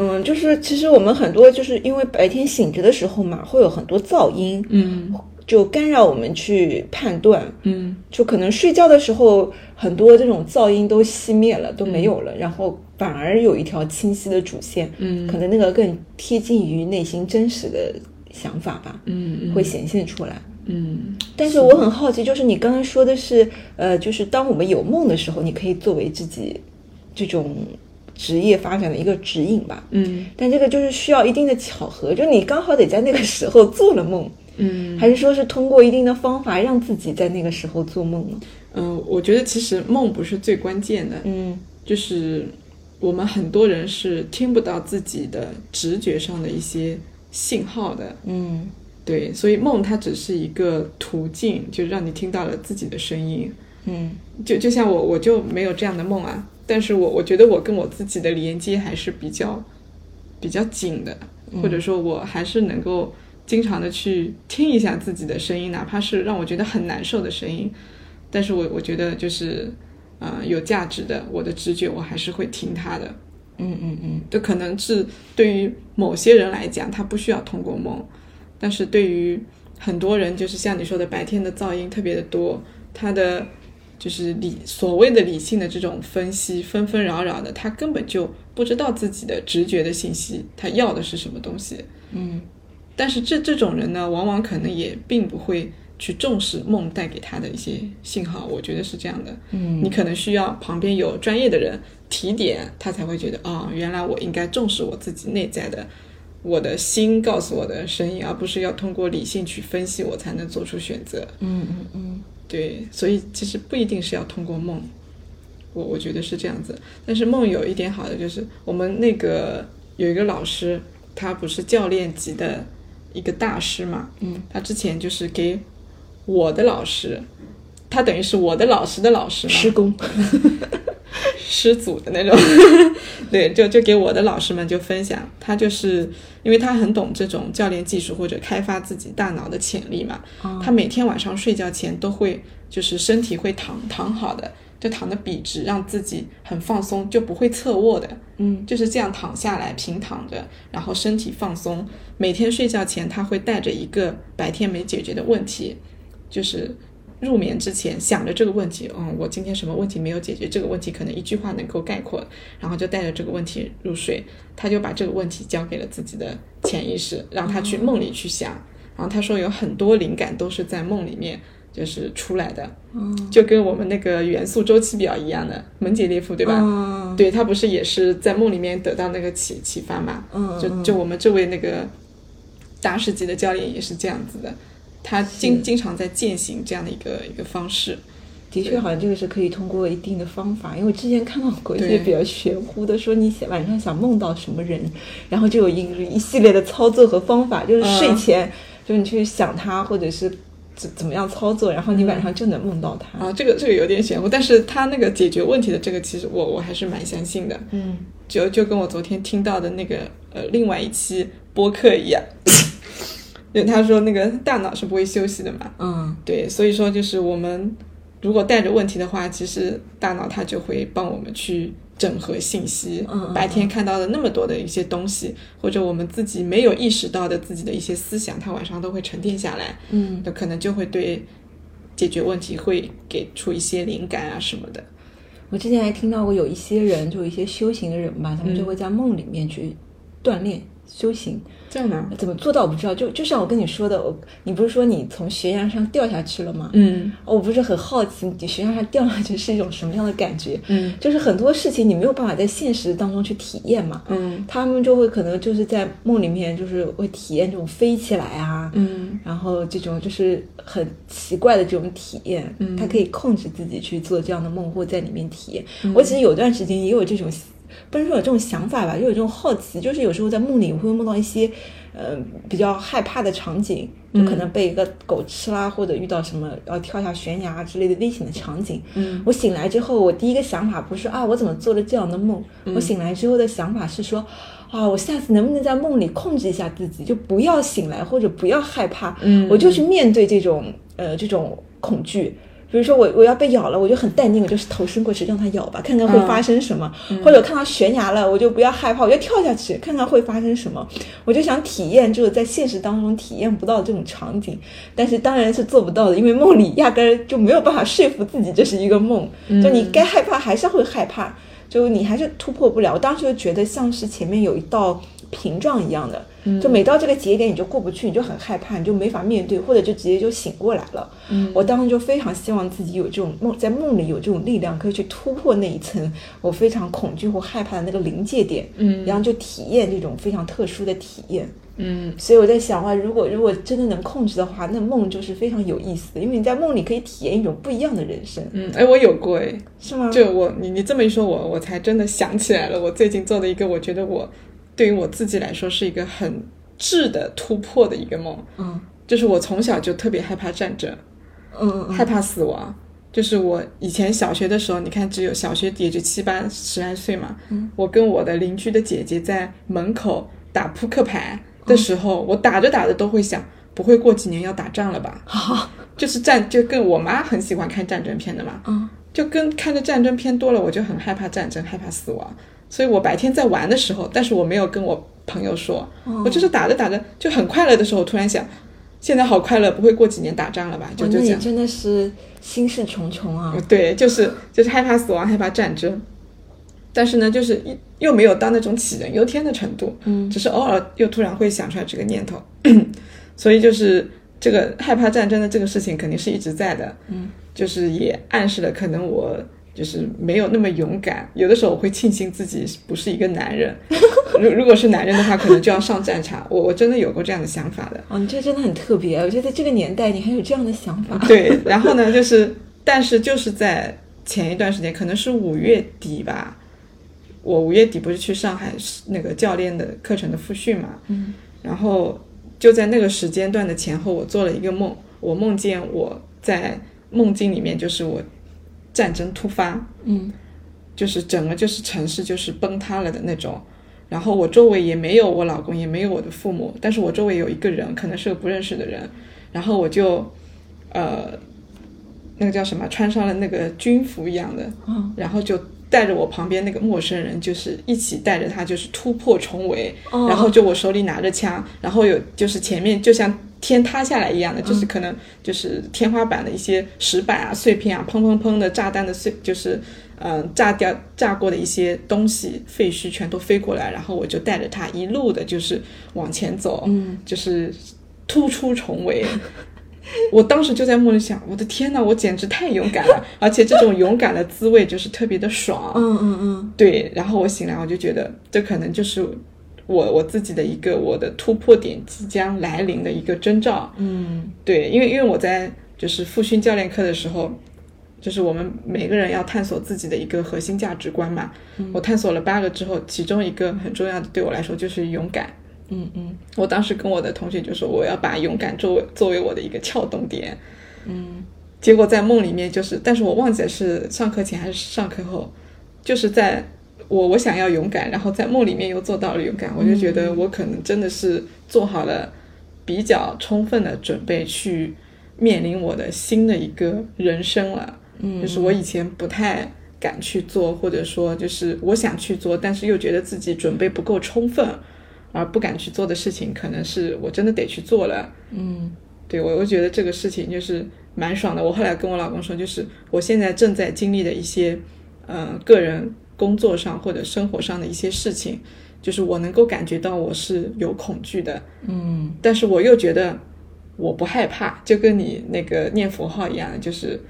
嗯，就是其实我们很多就是因为白天醒着的时候嘛，会有很多噪音，嗯就干扰我们去判断。嗯，就可能睡觉的时候，很多这种噪音都熄灭了，都没有了，然后反而有一条清晰的主线，嗯可能那个更贴近于内心真实的想法吧，嗯嗯会显现出来。嗯但是我很好奇，就是你刚刚说的是，呃，就是当我们有梦的时候，你可以作为自己这种职业发展的一个指引吧。嗯但这个就是需要一定的巧合，就你刚好得在那个时候做了梦，嗯还是说是通过一定的方法让自己在那个时候做梦呢？嗯，我觉得其实梦不是最关键的，嗯就是我们很多人是听不到自己的直觉上的一些信号的，嗯对，所以梦它只是一个途径，就让你听到了自己的声音。嗯就就像我，我就没有这样的梦啊，但是我我觉得我跟我自己的连接还是比较比较紧的，嗯或者说我还是能够经常的去听一下自己的声音，哪怕是让我觉得很难受的声音，但是我我觉得就是，呃，有价值的，我的直觉我还是会听它的。嗯嗯嗯这可能是对于某些人来讲，他不需要通过梦，但是对于很多人，就是像你说的，白天的噪音特别的多，他的就是理所谓的理性的这种分析，纷纷扰扰的，他根本就不知道自己的直觉的信息，他要的是什么东西。嗯但是这这种人呢，往往可能也并不会去重视梦带给他的一些信号，我觉得是这样的。嗯你可能需要旁边有专业的人提点，他才会觉得哦，原来我应该重视我自己内在的，我的心告诉我的声音，而不是要通过理性去分析我才能做出选择。嗯嗯嗯对，所以其实不一定是要通过梦，我我觉得是这样子。但是梦有一点好的就是，我们那个有一个老师，他不是教练级的一个大师嘛，嗯，他之前就是给我的老师，他等于是我的老师的老师嘛，施工，师祖的那种， 对，就就给我的老师们就分享，他就是因为他很懂这种教练技术或者开发自己大脑的潜力嘛，他每天晚上睡觉前都会就是身体会躺躺好的，就躺的笔直，让自己很放松，就不会侧卧的，嗯就是这样躺下来平躺着，然后身体放松。每天睡觉前他会带着一个白天没解决的问题，就是入眠之前想着这个问题，嗯，我今天什么问题没有解决？这个问题可能一句话能够概括，然后就带着这个问题入睡。他就把这个问题交给了自己的潜意识，让他去梦里去想。然后他说有很多灵感都是在梦里面就是出来的，就跟我们那个元素周期表一样的门捷列夫对吧？嗯对他不是也是在梦里面得到那个启启发嘛？嗯就就我们这位那个大师级的教练也是这样子的，他经经常在践行这样的一个一个方式。的确，好像这个是可以通过一定的方法，因为我之前看到过一对些比较玄乎的，说你晚上想梦到什么人，然后就有一一系列的操作和方法，就是睡前、就是你去想他，或者是怎怎么样操作，然后你晚上就能梦到他。啊，这个这个有点玄乎，但是他那个解决问题的这个，其实我我还是蛮相信的。嗯，就就跟我昨天听到的那个呃另外一期播客一样， 就他说那个大脑是不会休息的嘛，嗯对，所以说就是我们如果带着问题的话，其实大脑它就会帮我们去整合信息。嗯嗯白天看到的那么多的一些东西，或者我们自己没有意识到的自己的一些思想，它晚上都会沉淀下来，嗯，那可能就会对解决问题会给出一些灵感啊什么的。我之前还听到过有一些人，就有一些修行的人吧，他们就会在梦里面去锻炼修行。这样吗？怎么做到我不知道，就就像我跟你说的，我你不是说你从悬崖上掉下去了吗？嗯我不是很好奇，你悬崖上掉下去是一种什么样的感觉？嗯就是很多事情你没有办法在现实当中去体验嘛。嗯他们就会可能就是在梦里面，就是会体验这种飞起来啊，嗯然后这种就是很奇怪的这种体验，嗯他可以控制自己去做这样的梦或在里面体验。嗯我其实有段时间也有这种，不能说有这种想法吧，就有这种好奇，就是有时候在梦里我会梦到一些，呃，比较害怕的场景，嗯就可能被一个狗吃啦，或者遇到什么要跳下悬崖之类的危险的场景。嗯我醒来之后，我第一个想法不是啊，我怎么做了这样的梦？嗯我醒来之后的想法是说，啊，我下次能不能在梦里控制一下自己，就不要醒来或者不要害怕，嗯我就去面对这种呃这种恐惧。比如说我我要被咬了，我就很淡定，我就是头伸过去让它咬吧，看看会发生什么。嗯或者我看到悬崖了，我就不要害怕，我就跳下去看看会发生什么。我就想体验，就是在现实当中体验不到这种场景，但是当然是做不到的，因为梦里压根儿就没有办法说服自己这是一个梦，就你该害怕还是会害怕，就你还是突破不了。我当时就觉得像是前面有一道屏障一样的，就每到这个节点你就过不去，你就很害怕，你就没法面对，或者就直接就醒过来了。我当时就非常希望自己有这种梦，在梦里有这种力量，可以去突破那一层我非常恐惧或害怕的那个临界点，嗯，然后就体验这种非常特殊的体验。嗯，所以我在想啊，如果如果真的能控制的话，那梦就是非常有意思的，因为你在梦里可以体验一种不一样的人生，嗯，哎，我有过哎，是吗？就我你你这么一说我，我才真的想起来了，我最近做的一个，我觉得我对于我自己来说是一个很质的突破的一个梦，嗯就是我从小就特别害怕战争，嗯嗯害怕死亡。就是我以前小学的时候，你看只有小学也就七八十来岁嘛，嗯我跟我的邻居的姐姐在门口打扑克牌的嗯时候，我打着打着都会想，不会过几年要打仗了 吧？就是战，就跟我妈很喜欢看战争片的嘛，嗯就跟看的战争片多了，我就很害怕战争，害怕死亡。所以我白天在玩的时候，但是我没有跟我朋友说，嗯我就是打着打着就很快乐的时候，突然想，现在好快乐，不会过几年打仗了吧？就哇就那这你样。真的是心事重重啊！对，就是就是害怕死亡，害怕战争，但是呢，就是一又没有到那种杞人忧天的程度，嗯只是偶尔又突然会想出来这个念头， 所以就是这个害怕战争的这个事情肯定是一直在的，嗯，就是也暗示了可能我。就是没有那么勇敢，有的时候我会庆幸自己不是一个男人。 如如果是男人的话，可能就要上战场。我我真的有过这样的想法的。哦，你这真的很特别，我觉得在这个年代你还有这样的想法，对，然后呢，就是但是就是在前一段时间，可能是五月底吧，我五月底不是去上海那个教练的课程的复训嘛，嗯，然后就在那个时间段的前后，我做了一个梦，我梦见我在梦境里面就是我战争突发，嗯就是整个就是城市就是崩塌了的那种。然后我周围也没有我老公，也没有我的父母，但是我周围有一个人，可能是个不认识的人。然后我就，呃，那个叫什么，穿上了那个军服一样的，嗯然后就带着我旁边那个陌生人，就是一起带着他，就是突破重围。哦然后就我手里拿着枪，然后有就是前面就像天塌下来一样的，就是嗯可能就是天花板的一些石板啊、碎片啊，砰砰砰的炸弹的碎，就是嗯、呃炸掉炸过的一些东西废墟全都飞过来，然后我就带着他一路的就是往前走，嗯就是突出重围。我当时就在梦里想，我的天呐，我简直太勇敢了，而且这种勇敢的滋味就是特别的爽。嗯嗯嗯，对，然后我醒来，我就觉得这可能就是我我自己的一个我的突破点即将来临的一个征兆。嗯对，因为因为我在就是复训教练课的时候，就是我们每个人要探索自己的一个核心价值观嘛。我探索了八个之后，其中一个很重要的对我来说就是勇敢。嗯嗯我当时跟我的同学就说，我要把勇敢作为作为我的一个撬动点。嗯结果在梦里面就是，但是我忘记了是上课前还是上课后，就是在我我想要勇敢，然后在梦里面又做到了勇敢，我就觉得我可能真的是做好了比较充分的准备去面临我的新的一个人生了，嗯，就是我以前不太敢去做，或者说就是我想去做，但是又觉得自己准备不够充分而不敢去做的事情，可能是我真的得去做了。嗯对我，我觉得这个事情就是蛮爽的。我后来跟我老公说，就是我现在正在经历的一些，呃，个人工作上或者生活上的一些事情，就是我能够感觉到我是有恐惧的，嗯但是我又觉得我不害怕，就跟你那个念佛号一样，就是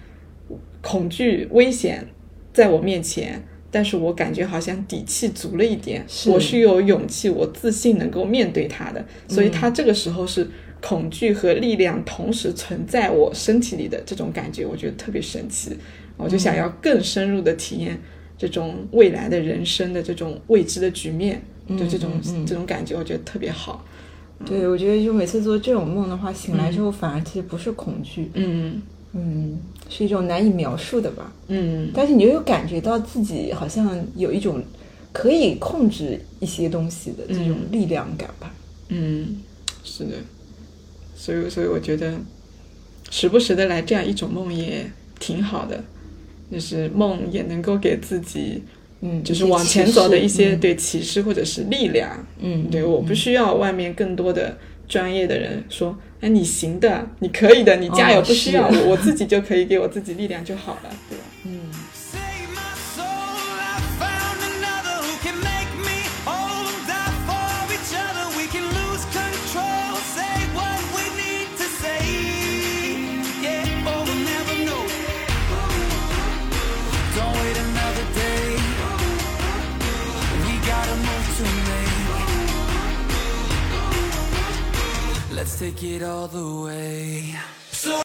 恐惧危险在我面前，但是我感觉好像底气足了一点，是我是有勇气，我自信能够面对它的，所以它这个时候是。恐惧和力量同时存在我身体里的这种感觉，我觉得特别神奇。我就想要更深入的体验这种未来的人生的这种未知的局面，就这种、这种感觉，我觉得特别好。对，我觉得就每次做这种梦的话，醒来之后反而其实不是恐惧，嗯嗯，是一种难以描述的吧。嗯，但是你又有感觉到自己好像有一种可以控制一些东西的这种力量感吧。嗯，是的，所以所以我觉得，时不时的来这样一种梦也挺好的，就是梦也能够给自己嗯，就一是些往启前走的示一些嗯对启示或者是力量。嗯，对，我不需要外面更多的专业的人说，哎，你行的，你可以的，你加油，哦不需要是我，我自己就可以给我自己力量就好了，对吧？ Save my soul, I found another who can make me whole. We'll die for each other. We can lose control. Say what we need to say. Yeah, or we'll never know. Don't wait another day. We gotta move to make. Let's take it all the way.